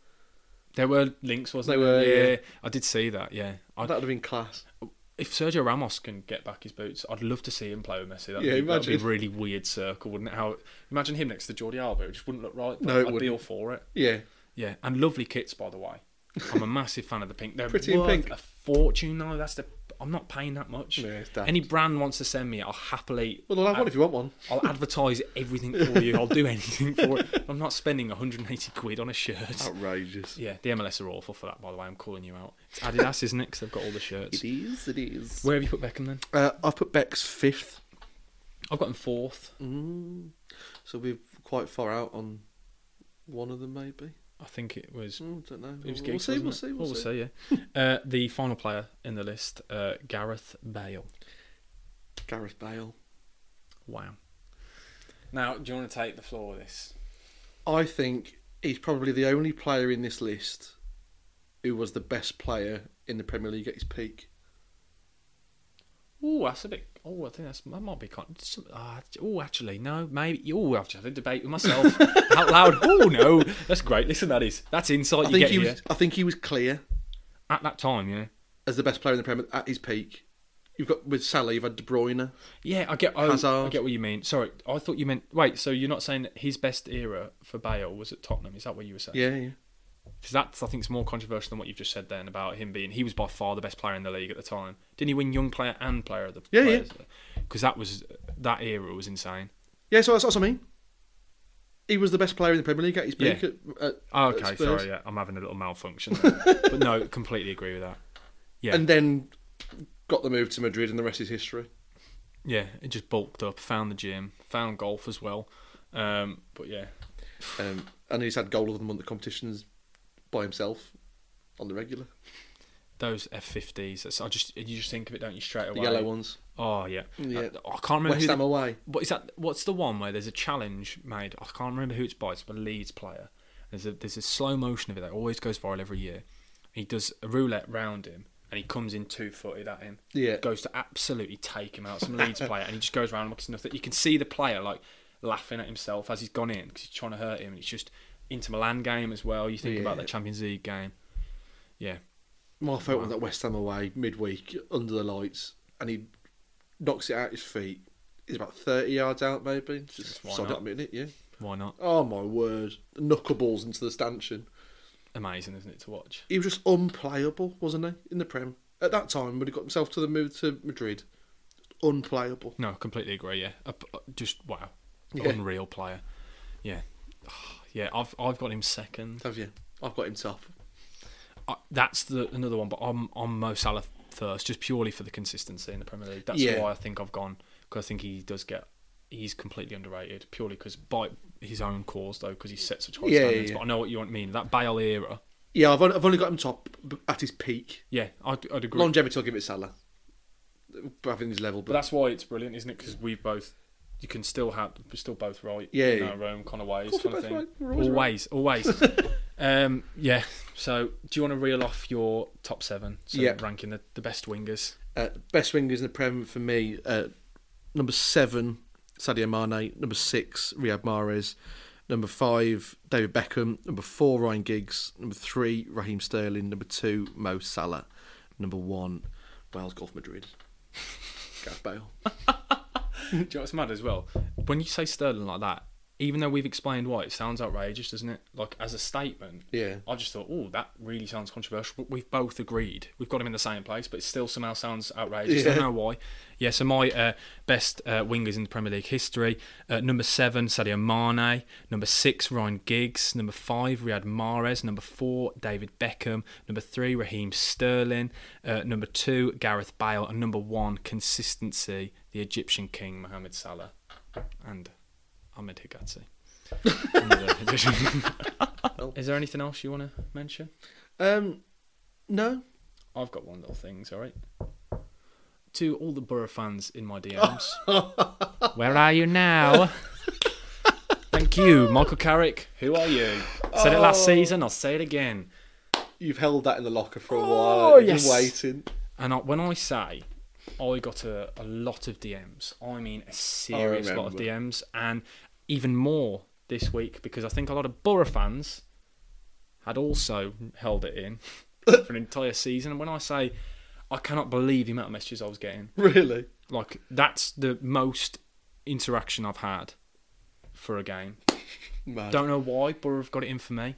There were links, wasn't They there? were, yeah, yeah. I did see that. Yeah, That I'd, would have been class. if Sergio Ramos can get back his boots, I'd love to see him play with Messi. That'd, Yeah, be, that'd be a imagine. really weird circle, wouldn't it? How imagine him next to Jordi Alba, it just wouldn't look right. But No, it I'd be wouldn't. all for it. Yeah. Yeah, and lovely kits, by the way. I'm a <laughs> massive fan of the pink. They're Pretty in worth pink. a fortune. No, that's the. I'm not paying that much. Yeah, it's daft. Any brand wants to send me, it, I'll happily. Well, I'll have one if you want one. I'll advertise everything for you. I'll do <laughs> anything for it. I'm not spending 180 quid on a Oh. shirt. Outrageous. Yeah, the MLS are awful for that, by the way. I'm calling you out. It's Adidas, isn't it? 'Cause they've got all the shirts. It is. It is. Where have you put Beckham then? Uh, I've put Beck's fifth. I've got him fourth. Mm. So we're quite far out on one of them, maybe. I think it was. Mm, don't know. It was we'll, Giggs, see, wasn't we'll it? Oh, see. We'll see. yeah. uh, the final player in the list, uh, Gareth Bale. Gareth Bale. Wow. Now, do you want to take the floor with this? I think he's probably the only player in this list who was the best player in the Premier League at his peak. Oh, that's a bit. Oh, I think that's that might be. Con- some- uh, oh, actually, no, maybe. Oh, I've just had a debate with myself <laughs> out loud. Oh no, that's great. Listen, that is that's insight I you think get he here was. I think he was clear at that time. Yeah, as the best player in the Premier at his peak. You've got with Salah, you've had De Bruyne. yeah, I get. Oh, I Hazard. get what you mean. Sorry, I thought you meant. Wait, so you're not saying that his best era for Bale was at Tottenham? Is that what you were saying? Yeah, yeah. because that's I think it's more controversial than what you've just said then about him being he was by far the best player in the league at the time. Didn't he win Young Player and Player of the Yeah, yeah. Players? Because that was that era was insane. Yeah, so that's, that's what I mean. He was the best player in the Premier League at his peak. At, at, Oh, at okay, Spurs. sorry, yeah, I'm having a little malfunction. <laughs> There. but no, completely agree with that. Yeah, And then got the move to Madrid, and the rest is history. yeah, it just bulked up, found the gym, found golf as well. Um, but yeah, Um, and he's had goal of the month competitions by himself on the regular, those F50s. That's, I just you just think of it, don't you, straight the away? yellow ones. Oh yeah, Yeah. Uh, I, can't remember West who. the- Ham away. What is that? What's the one where there's a challenge made? I can't remember who it's by. It's by a Leeds player. There's a there's a slow motion of it that always goes viral every year. He does a roulette round him, and he comes in two footed at him. Yeah. goes to absolutely take him out. Some <laughs> Leeds player, and he just goes around and looks nothing. You can see the player like laughing at himself as he's gone in because he's trying to hurt him. And it's just Inter Milan game as well. You think about Yeah. the Champions League game. Yeah, My favourite was that West Ham away midweek under the lights, and he knocks it out his feet. He's about thirty yards out, maybe. Just Just why sod not? up, isn't it? Yeah. Why not? Oh my word! Knuckleballs into the stanchion. Amazing, isn't it, to watch? He was just unplayable, wasn't he? In the Prem at that time, when he got himself to the move to Madrid, unplayable. No, completely agree. Yeah, Up- uh, just wow, Yeah. unreal player. Yeah, <sighs> yeah. I've I've got him second. Have you? I've got him top. I, that's the another one, but I'm I'm Mo Salah first, just purely for the consistency in the Premier League. That's Yeah. why I think I've gone because I think he does get he's completely underrated purely because by his own cause though because he set such high Yeah, yeah, standards. yeah. But I know what you mean. That Bale era. Yeah, I've only, I've only got him top b- at his peak. Yeah, I'd, I'd agree. Longevity, I'll give it Salah. Having his level, But but, that's why it's brilliant, isn't it? Because we both, you can still have, we're still both right. Yeah, in yeah. our own kind of ways, course kind we're of both thing. right. We're always Always, always. <laughs> um, yeah. So, do you want to reel off your top seven? So Yeah. Ranking the, the best wingers. <laughs> uh, best wingers in the Prem for me. Uh, number seven, Sadio Mane. Number six, Riyad Mahrez. Number five, David Beckham. Number four, Ryan Giggs. Number three, Raheem Sterling. Number two, Mo Salah. Number one, Wales Golf Madrid. <laughs> Gareth Bale. do you know what's mad as well? When you say Sterling like that, even though we've explained why, it sounds outrageous, doesn't it? Like as a statement. Yeah. I just thought, oh, that really sounds controversial. But we've both agreed. We've got him in the same place, but it still somehow sounds outrageous. I Yeah. don't know why. Yeah, so my uh, best uh, wingers in the Premier League history uh, number seven, Sadio Mane. Number six, Ryan Giggs. Number five, Riyad Mahrez. Number four, David Beckham. Number three, Raheem Sterling. Uh, number two, Gareth Bale. And number one, consistency, the Egyptian king, Mohamed Salah. And Ahmed Higatsi. Another addition. Is there anything else you want to mention? Um, no. I've got one little thing, all right. To all the Borough fans in <laughs> my DMs, where are you <laughs> now? Thank you, Michael Carrick. Who are you? Said it last season. I'll say it again. You've held that in the locker for a Oh, while. You've yes. been waiting. <laughs> And I, when I say I got a, a lot of DMs, I mean a serious lot of remember. DMs, and even more this week because I think a lot of Borough fans had also held it in <laughs> for an entire season. And when I say I cannot believe the amount of messages I was getting, Really? like that's the most interaction I've had for a game. Mad. Don't know why Borough have got it in for me,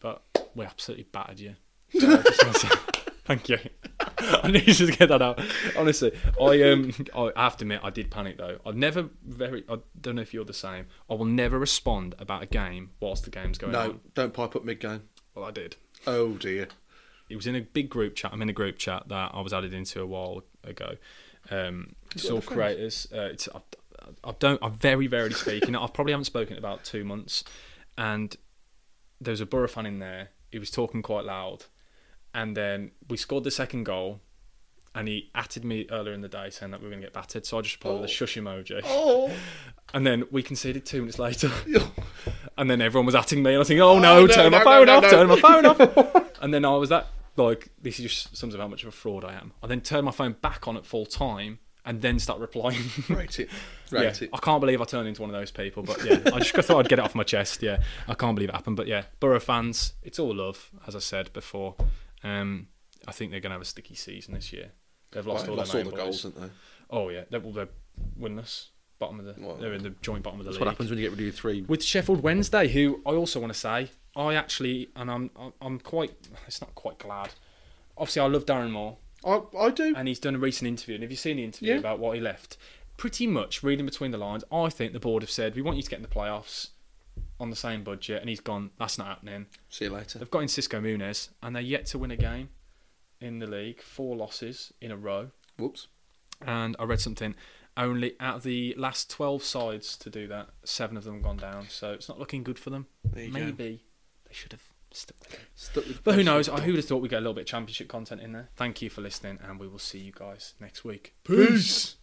but we absolutely battered you. So I just wanna say- Thank you. <laughs> I need to get that out. Honestly, I um, I I have to admit, I did panic though. I never very. I don't know if you're the same. I will never respond about a game whilst the game's going No, on. don't pipe up mid game. Well, I did. Oh dear. It was in a big group chat. I'm in a group chat that I was added into a while ago. Um, it's all creators. Uh, it's I, I don't. I very rarely speak. You know, I probably haven't spoken in about two months. And there was a Borough fan in there. He was talking quite loud. And then we scored the second goal. And he atted me earlier in the day saying that we were going to get battered. So I just replied with a shush emoji. Oh. And then we conceded two minutes <laughs> later. and then everyone was atting me, and I think, oh no, no, turn my no, phone no, off, no. turn my phone off. <laughs> and then I was that, like, this just sums up how much of a fraud I am. I then turned my phone back on at full time and then start replying. <laughs> Rate it. Rate Yeah, it. I can't believe I turned into one of those people, but yeah, I just thought I'd get it off my chest. Yeah, I can't believe it happened, but yeah, Borough fans, it's all love, as I said before. Um, I think they're going to have a sticky season this year. They've lost Right, all lost their all main the boys. goals, didn't they? Oh yeah, they're, well, they're winless. Bottom of the, Well, they're in the joint bottom of the That's league. what happens when you get rid of your three. With Sheffield Wednesday, who I also want to say, I actually and I'm I'm- I'm quite it's not quite glad. Obviously, I love Darren Moore, I, I do. and he's done a recent interview. And have you seen the interview Yeah. about what he left? Pretty much reading between the lines, I think the board have said we want you to get in the playoffs on the same budget, and he's gone. That's not happening. See you later. They've got in Cisco Munez, and they're yet to win a game in the league. Four losses in a row Whoops. and I read something. Only out of the last twelve sides to do that, seven of them have gone down. So it's not looking good for them. There you go. Maybe they should have stuck with it. Stuck with But who knows? I who would have thought we get a little bit of championship content in there. Thank you for listening, and we will see you guys next week. Peace.